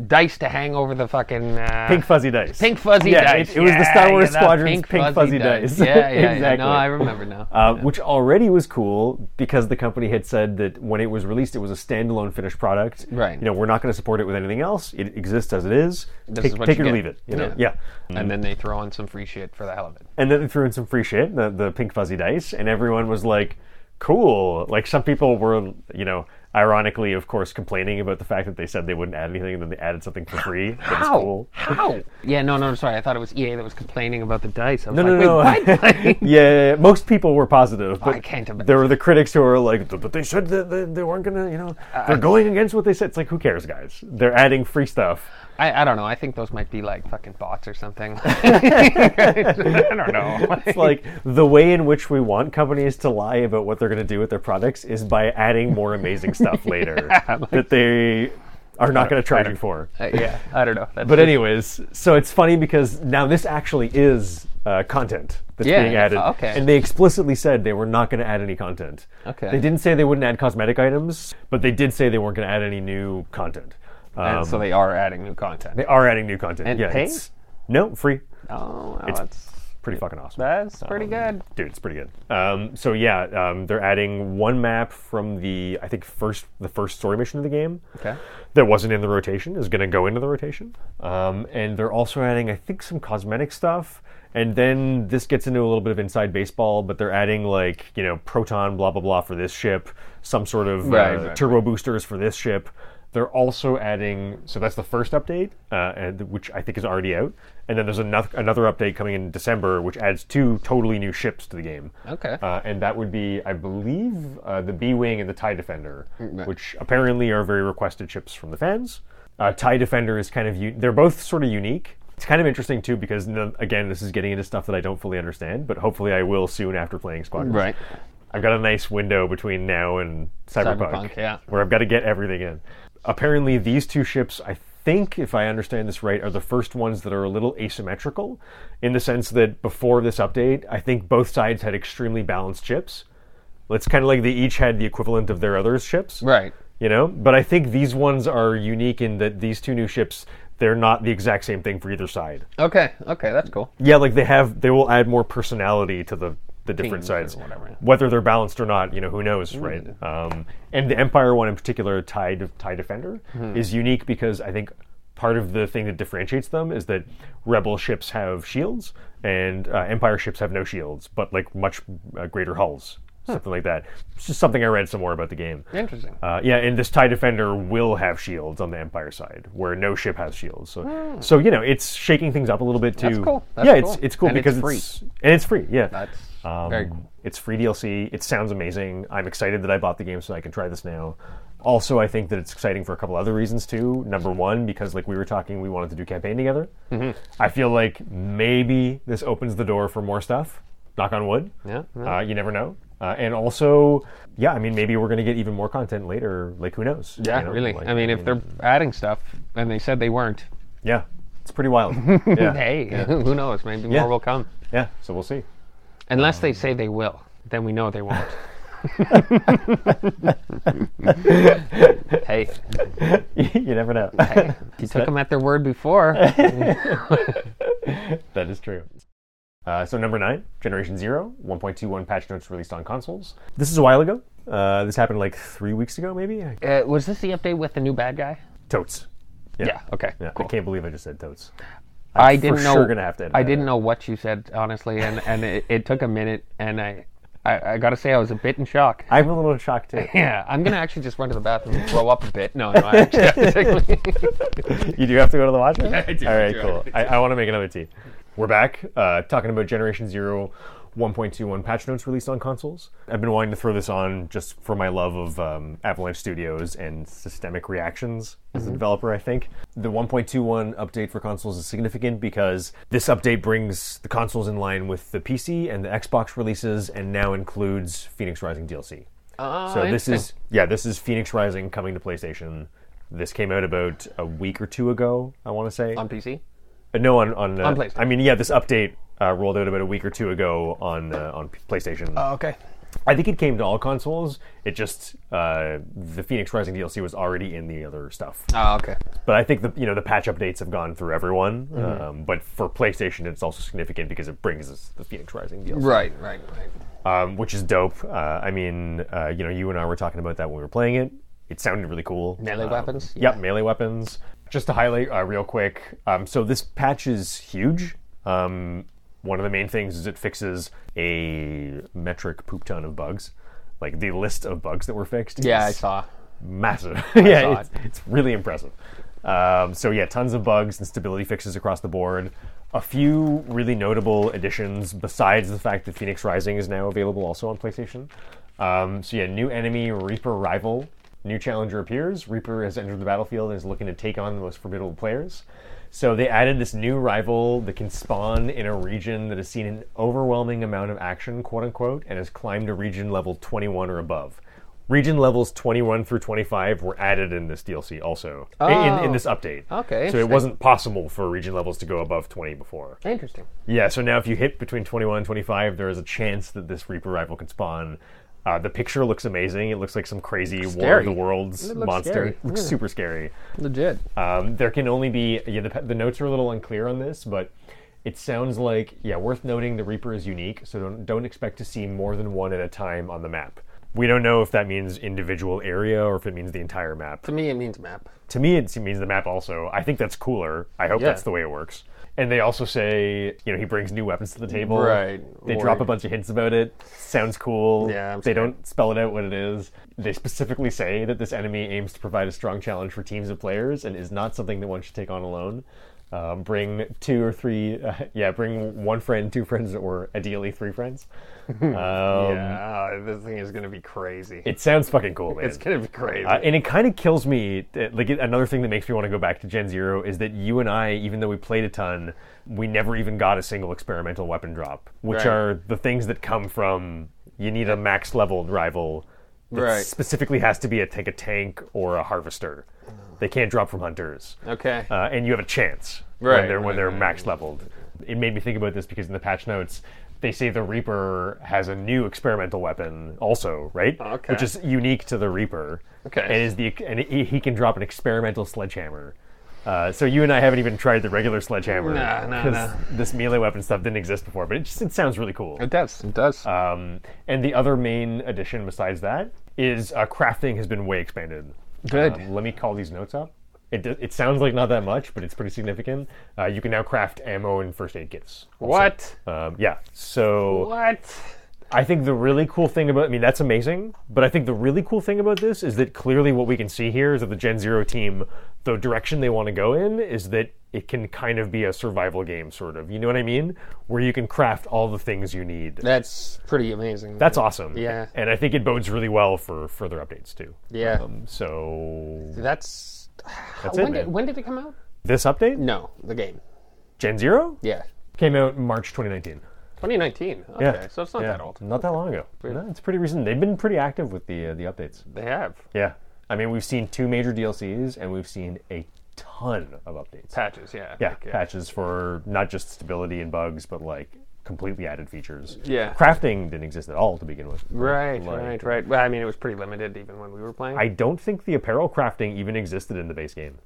S2: Dice to hang over the fucking. Uh,
S1: pink fuzzy dice.
S2: pink fuzzy
S1: yeah,
S2: dice.
S1: It, it was the
S2: Yeah,
S1: Star
S2: yeah,
S1: Wars
S2: that
S1: Squadron's pink, fuzzy, dice.
S2: Yeah, yeah,
S1: exactly.
S2: yeah. No, I remember now.
S1: Uh, which already was cool because the company had said that when it was released, it was a standalone finished product.
S2: Right.
S1: You know, we're not going to support it with anything else. It exists as it is.
S2: This
S1: take
S2: is what
S1: take
S2: you
S1: it or
S2: get.
S1: leave it. You know?
S2: Yeah.
S1: yeah.
S2: and then they throw in some free shit for the hell of it.
S1: And then they threw in some free shit, the, the pink fuzzy dice, and everyone was like, cool. Like, some people were, you know, ironically, of course, complaining about the fact that they said they wouldn't add anything, and then they added something for free. That was
S2: How?
S1: cool.
S2: How? Yeah, no, no, sorry. I thought it was EA that was complaining about the dice. I was
S1: No, no,
S2: like, wait,
S1: no.
S2: what? Like-
S1: yeah, yeah, yeah. most people were positive, but
S2: I can't imagine.
S1: there were the critics who were like, "But they said that they, they weren't gonna, you know,
S2: Uh,
S1: they're going against what they said." It's like, who cares, guys? They're adding free stuff.
S2: I, I don't know. I think those might be like fucking bots or something. I don't know.
S1: It's like the way in which we want companies to lie about what they're going to do with their products is by adding more amazing stuff later that they are not going to charge you for.
S2: Uh, yeah, I don't know. That's
S1: But
S2: just-
S1: anyways, so it's funny because now this actually is uh, content that's
S2: Yeah,
S1: being added,
S2: oh, okay.
S1: and they explicitly said they were not going to add any content.
S2: Okay.
S1: They didn't say they wouldn't add cosmetic items, but they did say they weren't going to add any new content.
S2: And
S1: Um,
S2: so they are adding new content.
S1: they are adding new content.
S2: And
S1: yeah,
S2: paid?
S1: it's- no, free.
S2: oh, well,
S1: it's-
S2: that's
S1: Pretty fucking awesome.
S2: that's pretty good.
S1: dude it's pretty good um, so yeah um, they're adding one map from the i think first the first story mission of the game
S2: Okay.
S1: that wasn't in the rotation is going to go into the rotation um, and they're also adding i think some cosmetic stuff and then this gets into a little bit of inside baseball but they're adding like you know proton blah blah blah for this ship some sort of
S2: Right,
S1: uh,
S2: right,
S1: turbo boosters for this ship They're also adding, so that's the first update, uh, and, which I think is already out. And then there's another, another update coming in December, which adds two totally new ships to the game.
S2: Okay.
S1: Uh, and that would be, I believe, uh, the B Wing and the TIE Defender, which apparently are very requested ships from the fans. Uh, TIE Defender is kind of, u- they're both sort of unique. It's kind of interesting, too, because, n- again, this is getting into stuff that I don't fully understand, but hopefully I will soon after playing Squadrons.
S2: Right.
S1: I've got a nice window between now and Cyberpunk,
S2: Cyberpunk, yeah.
S1: where I've got to get everything in. Apparently, these two ships, I think, if I understand this right, are the first ones that are a little asymmetrical in the sense that before this update, I think both sides had extremely balanced ships. It's kind of like they each had the equivalent of their other ships
S2: Right.
S1: you know but i think these ones are unique in that these two new ships they're not the exact same thing for either side
S2: Okay. Okay. That's cool.
S1: yeah like they have they will add more personality to the the different
S2: Teams or
S1: sides
S2: whatever. Mm.
S1: whether they're balanced or not you know who knows right um, and the empire one in particular tie tie defender
S2: Hmm.
S1: is unique because i think part of the thing that differentiates them is that rebel ships have shields and uh, empire ships have no shields but like much uh, greater hulls something like that it's just something i read some more about the game
S2: Interesting.
S1: uh, yeah, and this TIE Defender will have shields on the Empire side, where no ship has shields. So, so you know, it's shaking things up a little bit too.
S2: cool. Hmm. That's
S1: yeah,
S2: cool.
S1: it's it's cool
S2: And it's
S1: because
S2: free.
S1: and it's free. Yeah,
S2: That's
S1: Um,
S2: very cool.
S1: It's free DLC. It sounds amazing. I'm excited that I bought the game so I can try this now. Also, I think that it's exciting for a couple other reasons too. Number one, because like we were talking, we wanted to do campaign together.
S2: Mm-hmm.
S1: I feel like maybe this opens the door for more stuff. Knock on wood.
S2: Yeah,
S1: Uh, you never know. Uh, and also, yeah, I mean, maybe we're going to get even more content later. Like, who knows?
S2: Yeah,
S1: You know,
S2: really.
S1: like,
S2: I mean, if they're adding stuff, and they said they weren't,
S1: yeah, it's pretty wild. yeah,
S2: hey, who knows? Maybe
S1: Yeah. Um,
S2: more will come.
S1: yeah. So we'll see.
S2: Unless they say they will, then we know they won't. hey,
S1: you never know.
S2: you took them at their word before.
S1: that is true. Uh, so number nine, Generation Zero, 1.21 patch notes released on consoles. This is a while ago. Uh, this happened like three weeks ago, maybe.
S2: Uh, was this the update with the new bad guy?
S1: Totes.
S2: Yeah. Okay.
S1: Yeah,
S2: cool.
S1: I can't believe I just said totes.
S2: I
S1: for
S2: didn't know.
S1: sure gonna have to edit
S2: I
S1: that
S2: didn't
S1: out.
S2: know what you said honestly, and and it, it took a minute, and I, I I gotta say I was a bit in shock.
S1: I'm a little shocked too.
S2: Yeah, I'm gonna actually just run to the bathroom and throw up a bit. No, no, I actually have to take
S1: you do have to go to the washroom?
S2: I do,
S1: All
S2: I
S1: right,
S2: do, I
S1: cool.
S2: do.
S1: I, I want to make another tea. We're back uh, talking about Generation Zero 1.21 patch notes released on consoles. I've been wanting to throw this on just for my love of um, Avalanche Studios and Systemic Reactions as
S2: Mm-hmm.
S1: the developer, I think. The 1.21 update for consoles is significant because this update brings the consoles in line with the PC and the Xbox releases and now includes Phoenix Rising DLC.
S2: Ah,
S1: So this
S2: interesting.
S1: is yeah, this is Phoenix Rising coming to PlayStation. This came out about a week or two ago, I want to say.
S2: on PC.
S1: Uh, no, on on, uh,
S2: on PlayStation.
S1: I mean, yeah, this update uh, rolled out about a week or two ago on uh, on P- PlayStation.
S2: okay.
S1: I think it came to all consoles. It just uh, the Phoenix Rising DLC was already in the other stuff.
S2: Oh, okay.
S1: But I think the you know the patch updates have gone through everyone. Um, but for PlayStation, it's also significant because it brings us the Phoenix Rising DLC
S2: Right, right, right.
S1: um, which is dope. Uh, I mean, uh, you know, you and I were talking about that when we were playing it. It sounded really cool.
S2: Melee
S1: Um,
S2: weapons?
S1: Yep, melee weapons. Just to highlight uh, real quick, um, so this patch is huge. Um, one of the main things is it fixes a metric poop ton of bugs. Like the list of bugs that were fixed.
S2: Yeah, I
S1: is
S2: saw.
S1: massive. yeah,
S2: saw
S1: it's, it's really impressive. Um, so yeah, tons of bugs and stability fixes across the board. A few really notable additions besides the fact that Phoenix Rising is now available also on PlayStation. Um, so yeah, new enemy Reaper rival. New challenger appears. Reaper has entered the battlefield and is looking to take on the most formidable players. So they added this new rival that can spawn in a region that has seen an overwhelming amount of action, quote unquote, and has climbed to region level 21 or above. Region levels 21 through 25 were added in this DLC also, in, in this update.
S2: Oh. Okay,
S1: So it
S2: interesting.
S1: wasn't possible for region levels to go above 20 before.
S2: Interesting.
S1: Yeah, so now if you hit between 21 and 25, there is a chance that this Reaper rival can spawn. Uh, the picture looks amazing. It looks like some crazy War
S2: Scary.
S1: of the Worlds
S2: It looks
S1: monster.
S2: scary. Hmm.
S1: It looks super scary.
S2: Legit.
S1: Um, there can only be yeah. The, the notes are a little unclear on this, but it sounds like yeah. Worth noting, the Reaper is unique, so don't don't expect to see more than one at a time on the map. We don't know if that means individual area or if it means the entire map.
S2: To me, it means map.
S1: To me, it means the map also. I think that's cooler. I hope
S2: Yeah.
S1: that's the way it works. And they also say, you know, he brings new weapons to the table.
S2: Right.
S1: They
S2: Or-
S1: drop a bunch of hints about it. Sounds cool.
S2: Yeah, I'm
S1: they
S2: scared.
S1: don't spell it out what it is. They specifically say that this enemy aims to provide a strong challenge for teams of players and is not something that one should take on alone. Um, bring two or three, uh, yeah, bring one friend, two friends, or ideally three friends. Um,
S2: yeah, oh, this thing is gonna be crazy.
S1: It sounds fucking cool, man.
S2: it's gonna be crazy.
S1: Uh, and it kind of kills me. that, Like it- another thing that makes me want to go back to Gen Zero is that you and I, even though we played a ton, we never even got a single experimental weapon drop, which
S2: Right.
S1: are the things that come from you need a max leveled rival. That
S2: Right.
S1: Specifically, has to be a take a tank or a harvester. They can't drop from hunters
S2: okay.
S1: uh, and you have a chance
S2: Right,
S1: when they're when
S2: right,
S1: they're
S2: right,
S1: max leveled. It made me think about this because in the patch notes they say the Reaper has a new experimental weapon also, right?
S2: Okay.
S1: Which is unique to the Reaper.
S2: Okay.
S1: And is the and he, he can drop an experimental sledgehammer. Uh, so you and I haven't even tried the regular sledgehammer
S2: Nah, nah,
S1: this melee weapon stuff didn't exist before, but it just it sounds really cool.
S2: it does. It does.
S1: Um, and the other main addition besides that is uh, crafting has been way expanded.
S2: Good.
S1: Um, let me call these notes up. It, do- it sounds like not that much, but it's pretty significant. Uh, you can now craft ammo and first aid kits. also.
S2: what?
S1: Um, yeah. So
S2: What?
S1: I think the really cool thing about, I mean, that's amazing, but I think the really cool thing about this is that clearly what we can see here is that the Gen Zero team, the direction they want to go in is that it can kind of be a survival game, sort of. You know what I mean? Where you can craft all the things you need.
S2: That's pretty amazing.
S1: That's awesome.
S2: Yeah.
S1: And I think it bodes really well for further updates too.
S2: yeah.
S1: um, So
S2: That's.
S1: That's it,
S2: when, did,
S1: man.
S2: when did it come out?
S1: this update,
S2: No, the game.
S1: Gen Zero,
S2: Yeah.
S1: came out in March 2019.
S2: 2019. Okay,
S1: Yeah.
S2: so it's not
S1: Yeah.
S2: that old.
S1: Not that long ago. No, it's pretty recent. They've been pretty active with the uh, the updates.
S2: They have
S1: Yeah. I mean, we've seen two major DLCs and we've seen a ton of updates.
S2: patches. Yeah.
S1: yeah,
S2: like,
S1: patches for not just stability and bugs, but like completely added features.
S2: Yeah.
S1: Crafting didn't exist at all to begin with.
S2: Right,
S1: Like-
S2: right, right. Well, I mean, it was pretty limited even when we were playing.
S1: I don't think the apparel crafting even existed in the base game.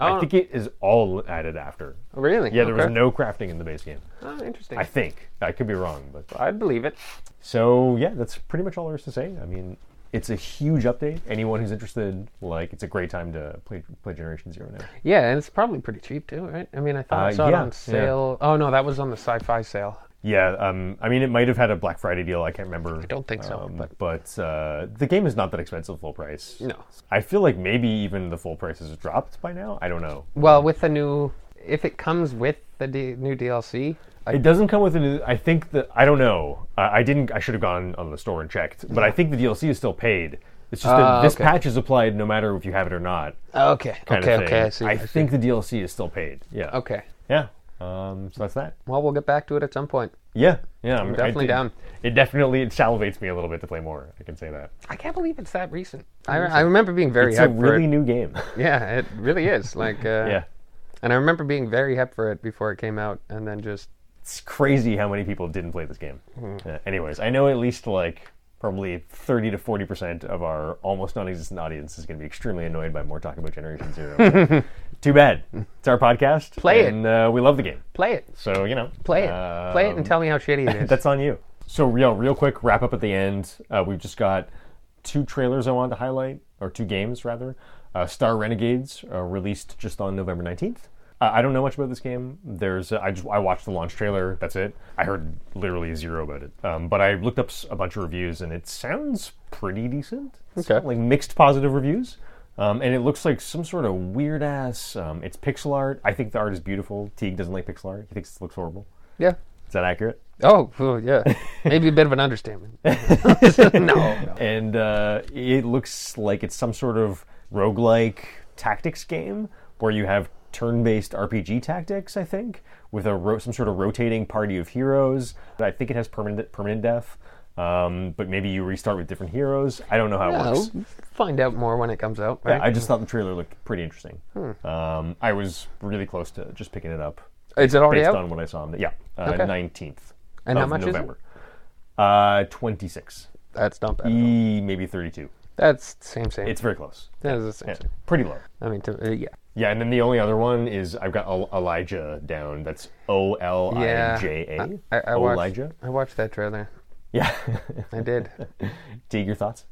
S1: I
S2: Oh.
S1: think it is all added after.
S2: really?
S1: Yeah, there was
S2: Okay.
S1: no crafting in the base game.
S2: Oh, interesting.
S1: I
S2: I,
S1: think. I could be wrong, but
S2: believe it.
S1: so yeah, that's pretty much all there is to say. I mean, it's a huge update. Anyone who's interested, like, it's a great time to play play Generation Zero now.
S2: Yeah, and it's probably pretty cheap too, right? I mean, I thought
S1: Uh,
S2: I saw
S1: yeah,
S2: it
S1: yeah.
S2: on sale. Oh no, that was on the sci-fi sale.
S1: Yeah, um, I mean, it might have had a Black Friday deal. I can't remember. I
S2: don't think so,
S1: Um,
S2: but-
S1: uh, the game is not that expensive full price.
S2: No.
S1: I feel like maybe even the full price has dropped by now. I don't know.
S2: Well, with the new, if it comes with the D- new DLC,
S1: It doesn't come with a new. I think that I don't know. I I didn't. I should have gone on the store and checked. But I think the DLC is still paid. It's just that
S2: Ah,
S1: this
S2: okay.
S1: patch is applied no matter if you have it or not.
S2: okay,
S1: kind
S2: okay,
S1: of thing.
S2: okay, I see. I see.
S1: think the DLC is still paid. Yeah.
S2: Okay,
S1: Yeah. Um, so that's that.
S2: well, we'll get back to it at some point.
S1: Yeah. Yeah. I'm
S2: definitely down.
S1: It definitely it salivates me a little bit to play more. I can say that.
S2: I can't believe it's that recent. I, I remember being very
S1: It's a
S2: hyped for
S1: really
S2: it.
S1: new game.
S2: Yeah, it really is. Like, uh,
S1: yeah.
S2: And I remember being very hyped for it before it came out, and then just
S1: It's crazy how many people didn't play this game.
S2: Hmm.
S1: Yeah, anyways, I know at least like probably 30 to 40 percent of our almost non-existent audience is going to be extremely annoyed by more talking about Generation Zero. Too bad. It's our podcast.
S2: Play it.
S1: and, Uh, we love the game.
S2: play it,
S1: So you know,
S2: play it, play it,
S1: um,
S2: and tell me how shitty it is.
S1: That's on you. So real, real quick wrap up at the end. Uh, we've just got two trailers I wanted to highlight, or two games rather. Uh, Star Renegades uh, released just on November nineteenth. Uh, I don't know much about this game. There's uh, I just I watched the launch trailer. That's it. I heard literally zero about it. Um, but I looked up s- a bunch of reviews, and it sounds pretty decent. It's
S2: Okay.
S1: like mixed positive reviews. Um, and it looks like some sort of weird ass. Um, it's pixel art. I think the art is beautiful. Teague doesn't like pixel art. He thinks it looks horrible.
S2: yeah.
S1: Is that accurate?
S2: Oh, well, yeah. Maybe a bit of an understatement. no, no.
S1: and uh, it looks like it's some sort of roguelike tactics game where you have turn-based RPG tactics, I think, with a ro- some sort of rotating party of heroes. I think it has permanent permanent death, um, but maybe you restart with different heroes. I don't know how it
S2: Yeah,
S1: works.
S2: we'll find out more when it comes out,
S1: Yeah,
S2: right?
S1: I just thought the trailer looked pretty interesting.
S2: Hmm.
S1: Um, I was really close to just picking it up
S2: Is it already
S1: based
S2: out?
S1: on what I saw. On the, yeah, uh,
S2: Okay.
S1: nineteenth
S2: And
S1: of
S2: how much is it?
S1: November. Uh, twenty-six,
S2: That's not bad.
S1: e, maybe thirty-two.
S2: That's the same same.
S1: It's very close.
S2: that is the same
S1: Yeah,
S2: same.
S1: pretty low.
S2: I mean, to, uh, yeah.
S1: Yeah, and then the only other one is I've got El- Elijah down. That's O L I
S2: Yeah.
S1: J
S2: I, I
S1: A.
S2: watched,
S1: Elijah.
S2: I watched that trailer.
S1: Yeah.
S2: I did.
S1: Teague, your thoughts?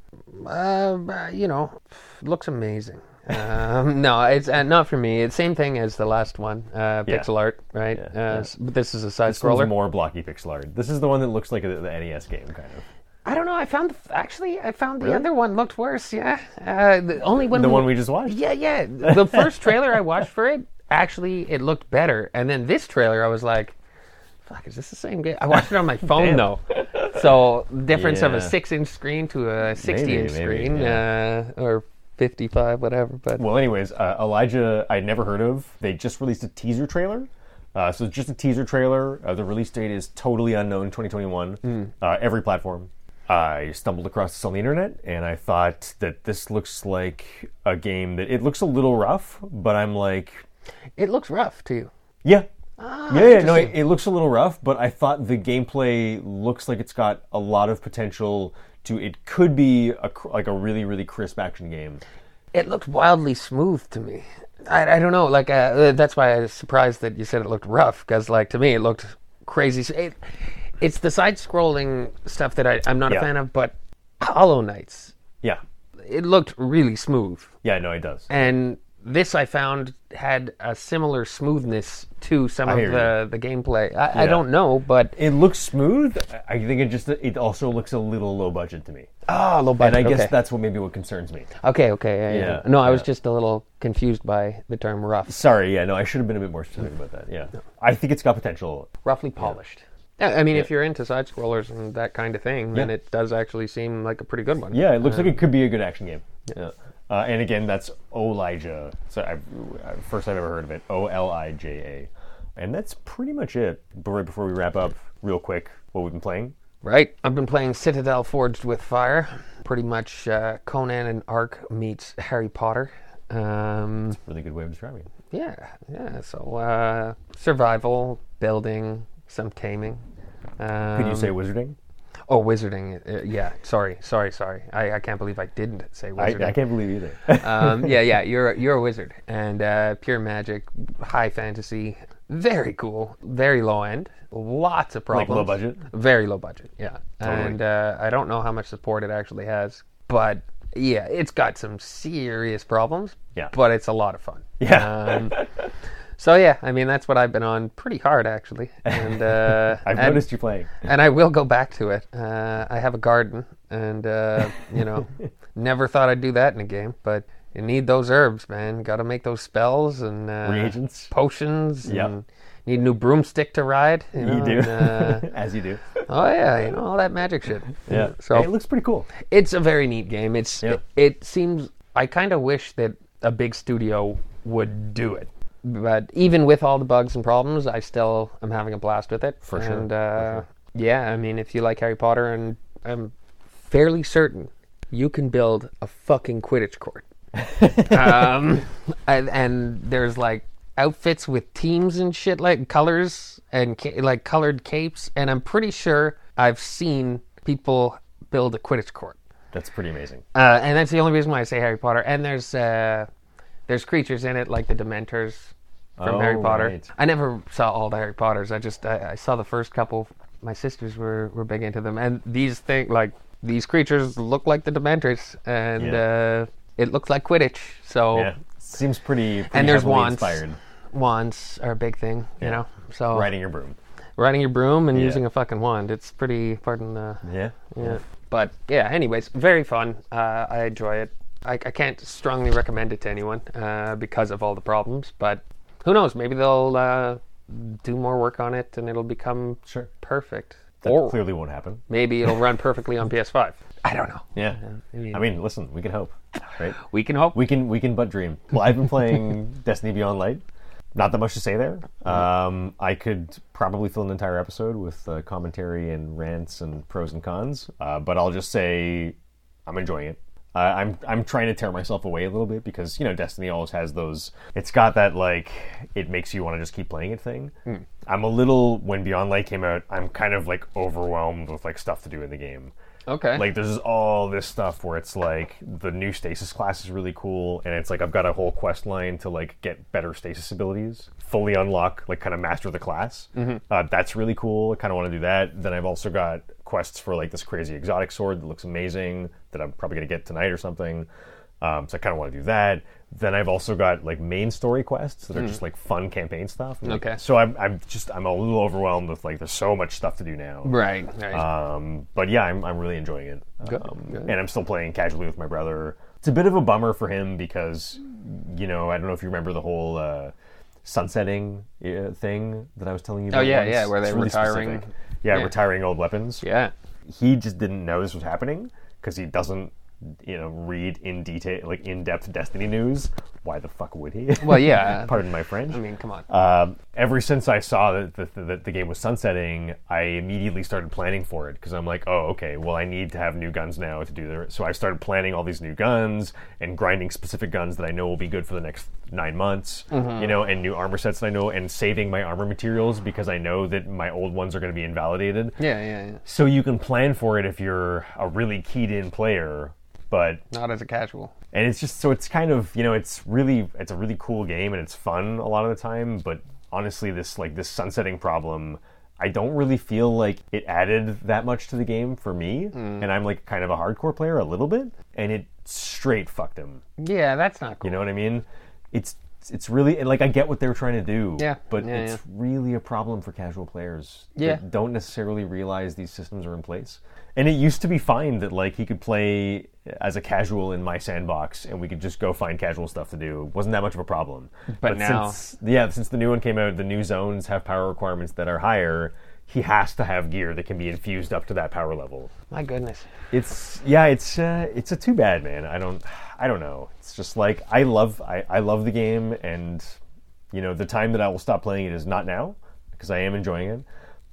S2: Um, Uh, you know, looks amazing. Um, no, it's uh, not for me. It's same thing as the last one, uh,
S1: Yeah.
S2: pixel art, right? uh,
S1: yeah.
S2: s- But this is a side
S1: This one's
S2: scroller.
S1: more blocky pixel art. This is the one that looks like the, the NES game, kind of.
S2: I don't know. I found the, actually I found the
S1: Really?
S2: other one looked worse. Yeah, uh, the only one.
S1: The
S2: we-
S1: one we just watched.
S2: Yeah, yeah. The first trailer I watched for it actually it looked better, and then this trailer I was like, "Fuck, is this the same game?" I watched it on my
S1: Damn.
S2: phone though, so difference of a
S1: Yeah.
S2: six-inch screen to a sixty-inch
S1: Maybe, maybe,
S2: screen, uh, or fifty-five, whatever. But
S1: Well, anyways, uh, Elijah, I'd never heard of. They just released a teaser trailer. Uh, so it's just a teaser trailer. Uh, the release date is totally unknown, 2021. Uh, every platform. I stumbled across this on the internet, and I thought that this looks like a game that it looks a little rough, but I'm like,
S2: it looks rough to you.
S1: yeah. yeah, yeah, no, it,
S2: interesting.
S1: it looks a little rough, but I thought the gameplay looks like it's got a lot of potential to. It could be a, cr- like a really, really crisp action game.
S2: It looked wildly smooth to me. I, I don't know. Like uh, uh, that's why I was surprised that you said it looked rough because, like, to me it looked crazy. s- It, it's the side-scrolling stuff that I, I'm not a
S1: Yeah.
S2: fan of, but Hollow Knights.
S1: Yeah,
S2: It looked really smooth,
S1: yeah, no, it does.
S2: and this I found had a similar smoothness to some of
S1: hear
S2: the the gameplay. I, I don't know, but
S1: It looks smooth. I- I think it just it also looks a little low budget to me,
S2: oh, low
S1: and I
S2: budget. okay.
S1: guess that's what maybe what concerns me.
S2: okay, okay, yeah, yeah.
S1: Yeah,
S2: No, I was just a little confused by the term rough.
S1: Sorry, yeah, no, I should have been a bit more specific about that. Yeah, I think it's got potential.
S2: roughly polished. Yeah, I mean, if you're into side scrollers and that kind of thing, then it does actually seem like a pretty good one.
S1: Yeah, it looks like it could be a good action game. Yeah. Uh, and again, that's Olija. So I, I- first I've ever heard of it. O L I J A, and that's pretty much it. But right before we wrap up, real quick, what we've been playing.
S2: Right? I've been playing Citadel Forged with Fire. Pretty much uh, Conan and Ark meets Harry Potter. Um,
S1: Really good way of describing it.
S2: yeah, yeah. So uh, survival, building, some taming. Um,
S1: Could you say wizarding?
S2: Oh, wizarding. Uh, yeah. Sorry, sorry, sorry. I, I can't believe I didn't say
S1: I,
S2: wizarding.
S1: I can't believe either.
S2: um, yeah, yeah, you're a- you're a wizard and uh, pure magic, high fantasy, very cool, very low end, lots of
S1: Like
S2: problems,
S1: low budget?
S2: very low budget, yeah. And uh, I don't know how much support it actually has, but yeah, it's got some serious problems.
S1: Yeah.
S2: but it's a lot of fun.
S1: Yeah.
S2: Um, so yeah, I mean that's what I've been on pretty hard actually, and uh,
S1: I've
S2: and-
S1: noticed you playing.
S2: and I will go back to it. Uh, I have a garden, and uh, you know, never thought I'd do that in a game, but you need those herbs, man. Got to make those spells and uh,
S1: Reagents.
S2: potions.
S1: Yep.
S2: and Need a new broomstick to ride. You, know,
S1: You do,
S2: and, uh,
S1: as you do.
S2: oh yeah, you know all that magic shit.
S1: Yeah.
S2: So
S1: it looks pretty cool.
S2: it's a very neat game. It's
S1: Yeah.
S2: it, it seems I kind of wish that a big studio would do it. But even with all the bugs and problems, I still am having a blast with it.
S1: For sure,
S2: And
S1: for
S2: uh, yeah, I mean, if you like Harry Potter, and I'm fairly certain you can build a fucking Quidditch court. um, and, and there's like outfits with teams and shit, like colors and ca- like colored capes. And I'm pretty sure I've seen people build a Quidditch court.
S1: That's pretty amazing.
S2: Uh, and that's the only reason why I say Harry Potter. And there's uh, there's creatures in it like the Dementors from
S1: Oh,
S2: Harry Potter.
S1: right.
S2: I never saw all the Harry Potters. I just I, I saw the first couple. My sisters were were big into them, and these thing like these creatures look like the Dementors,
S1: Yeah.
S2: and uh, it looked like Quidditch. So
S1: Yeah, seems pretty. pretty
S2: and there's
S1: heavily
S2: wands.
S1: Inspired
S2: Wands are a big thing, you know. So
S1: riding your broom.
S2: riding your broom and
S1: Yeah.
S2: using a fucking wand. It's pretty. Pardon the
S1: Yeah.
S2: yeah. But yeah, anyways, very fun. Uh, I enjoy it. I, I can't strongly recommend it to anyone uh, because of all the problems. But who knows? Maybe they'll uh, do more work on it and it'll become
S1: Sure.
S2: perfect.
S1: That
S2: or
S1: clearly won't happen.
S2: maybe it'll run perfectly on PS5. I don't know.
S1: Yeah.
S2: I mean-
S1: I mean, listen, we can hope, right?
S2: We can hope.
S1: We can we can but dream. Well, I've been playing Destiny Beyond Light. Not that much to say there. Um, I could probably fill an entire episode with uh, commentary and rants and pros and cons, uh, but I'll just say I'm enjoying it. Uh, I'm I'm trying to tear myself away a little bit because you know Destiny always has those. It's got that like it makes you want to just keep playing it thing. I'm a little when Beyond Light came out, I'm kind of like overwhelmed with like stuff to do in the game.
S2: Okay.
S1: Like there's all this stuff where it's like the new stasis class is really cool, and it's like I've got a whole quest line to like get better stasis abilities, fully unlock, like kind of master the class.
S2: Mm-hmm.
S1: Uh, that's really cool. I kind of want to do that. Then I've also got quests for like this crazy exotic sword that looks amazing that I'm probably gonna get tonight or something. Um, so I kind of want to do that. Then I've also got like main story quests that are just like fun campaign stuff. And, like,
S2: Mm-hmm. Okay.
S1: So I'm, I'm just I'm a little overwhelmed with like there's so much stuff to do now.
S2: right. Right.
S1: Um, but yeah, I'm, I'm really enjoying it.
S2: Good,
S1: Um,
S2: good.
S1: And I'm still playing casually with my brother. It's a bit of a bummer for him because, you know, I don't know if you remember the whole uh, sunsetting uh, thing that I was telling you about.
S2: Oh, yeah,
S1: once.
S2: yeah, where
S1: It's
S2: they're
S1: really
S2: retiring-
S1: specific. Yeah,
S2: yeah.
S1: retiring old weapons.
S2: yeah.
S1: He just didn't know this was happening because he doesn't, you know, read in detail, like in depth Destiny news. Why the fuck would he?
S2: Well, yeah.
S1: Pardon my French.
S2: I mean, come on.
S1: Um, ever since I saw that the, that the game was sunsetting, I immediately started planning for it because I'm like, oh, okay, well, I need to have new guns now to do the. So I started planning all these new guns and grinding specific guns that I know will be good for the next nine months, you know, and new armor sets that I know, and saving my armor materials because I know that my old ones are going to be invalidated.
S2: yeah, yeah, yeah.
S1: So you can plan for it if you're a really keyed in player, but
S2: Not as a casual.
S1: and it's just so it's kind of you know it's really it's a really cool game and it's fun a lot of the time but honestly this like this sunsetting problem i don't really feel like it added that much to the game for me and i'm like kind of a hardcore player a little bit and it straight fucked him
S2: Yeah, that's not cool.
S1: you know what i mean it's it's really and like i get what they're trying to do
S2: Yeah.
S1: but
S2: Yeah,
S1: it's
S2: yeah.
S1: really a problem for casual players
S2: Yeah.
S1: that don't necessarily realize these systems are in place. And it used to be fine that like he could play as a casual in my sandbox, and we could just go find casual stuff to do. It wasn't that much of a problem. But,
S2: now-
S1: since, yeah, since the new one came out, the new zones have power requirements that are higher. He has to have gear that can be infused up to that power level.
S2: My goodness.
S1: It's yeah, it's uh, it's a too bad, man. I don't I don't know. It's just like I love I, I love the game, and you know the time that I will stop playing it is not now because I am enjoying it.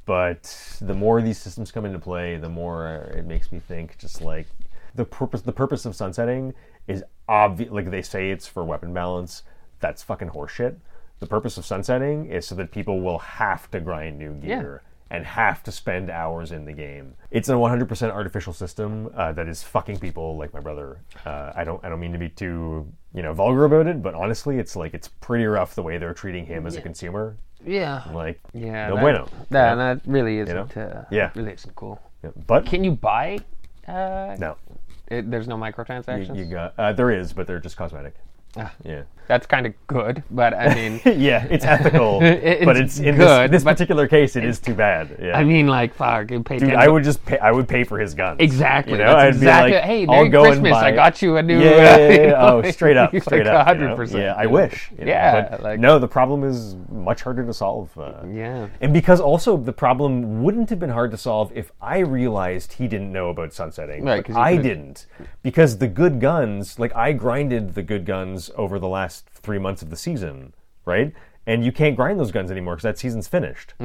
S1: But the more these systems come into play, the more it makes me think just like the purpose the purpose of sunsetting is obvious. Like they say, it's for weapon balance. That's fucking horseshit. The purpose of sunsetting is so that people will have to grind new gear and have to spend hours in the game. It's a 100% artificial system uh, that is fucking people like my brother. Uh, I don't I don't mean to be too you know vulgar about it, but honestly, it's like it's pretty rough the way they're treating him as a consumer.
S2: Yeah.
S1: Like
S2: Yeah.
S1: no
S2: that,
S1: bueno.
S2: That, that really isn't.
S1: know?
S2: Uh,
S1: Yeah.
S2: Really isn't cool.
S1: Yeah, But
S2: Can you buy? Uh,
S1: no,
S2: it, there's no microtransactions.
S1: you got uh, there is, but they're just cosmetic.
S2: Ah.
S1: Yeah.
S2: That's kind of good, but I mean,
S1: yeah, it's ethical,
S2: It's
S1: but it's in this,
S2: good,
S1: this
S2: but-
S1: particular case, it is too bad. Yeah.
S2: I mean, like, fuck, you pay.
S1: Dude,
S2: 10
S1: I would just pay. I would pay for his guns.
S2: Exactly.
S1: You know,
S2: that's
S1: I'd
S2: exactly.
S1: be like,
S2: hey,
S1: I'll
S2: Merry
S1: go
S2: Christmas!
S1: and buy.
S2: I got you a new.
S1: Yeah, yeah, yeah, yeah. Oh, straight up,
S2: He's
S1: straight
S2: like
S1: up. you know?
S2: hundred percent.
S1: Yeah, I wish. you know,
S2: Yeah,
S1: but
S2: like-
S1: no, the problem is much harder to solve. Uh,
S2: Yeah.
S1: and because also the problem wouldn't have been hard to solve if I realized he didn't know about sunsetting.
S2: Right,
S1: but
S2: 'cause he
S1: I
S2: could've-
S1: didn't. Because the good guns, like I grinded the good guns over the last three months of the season, right? And you can't grind those guns anymore because that season's finished.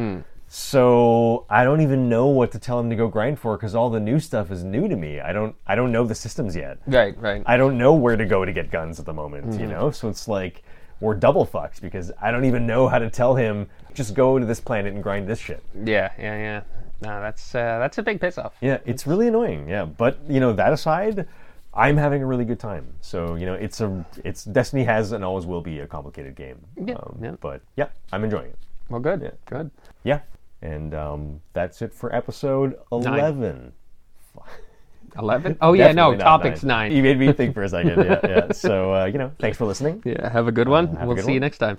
S1: So I don't even know what to tell him to go grind for because all the new stuff is new to me. I don't I don't know the systems yet.
S2: Right, right.
S1: I don't know where to go to get guns at the moment, you know? So it's like we're double fucked because I don't even know how to tell him just go to this planet and grind this shit.
S2: yeah, yeah, yeah. No, that's uh, that's a big piss off.
S1: Yeah, it's really annoying. Yeah, but you know that aside, I'm having a really good time. So you know, it's a it's Destiny has and always will be a complicated game. Um,
S2: Yeah, yeah.
S1: But yeah, I'm enjoying it.
S2: Well, good, good.
S1: Yeah, and um, that's it for episode eleven.
S2: Eleven. Oh yeah, no.
S1: Definitely not
S2: Topics nine.
S1: You made me think for a second. Yeah, yeah. So uh, you know, thanks for listening.
S2: Yeah. Have a good one.
S1: have a
S2: we'll
S1: good
S2: see you
S1: one.
S2: next time.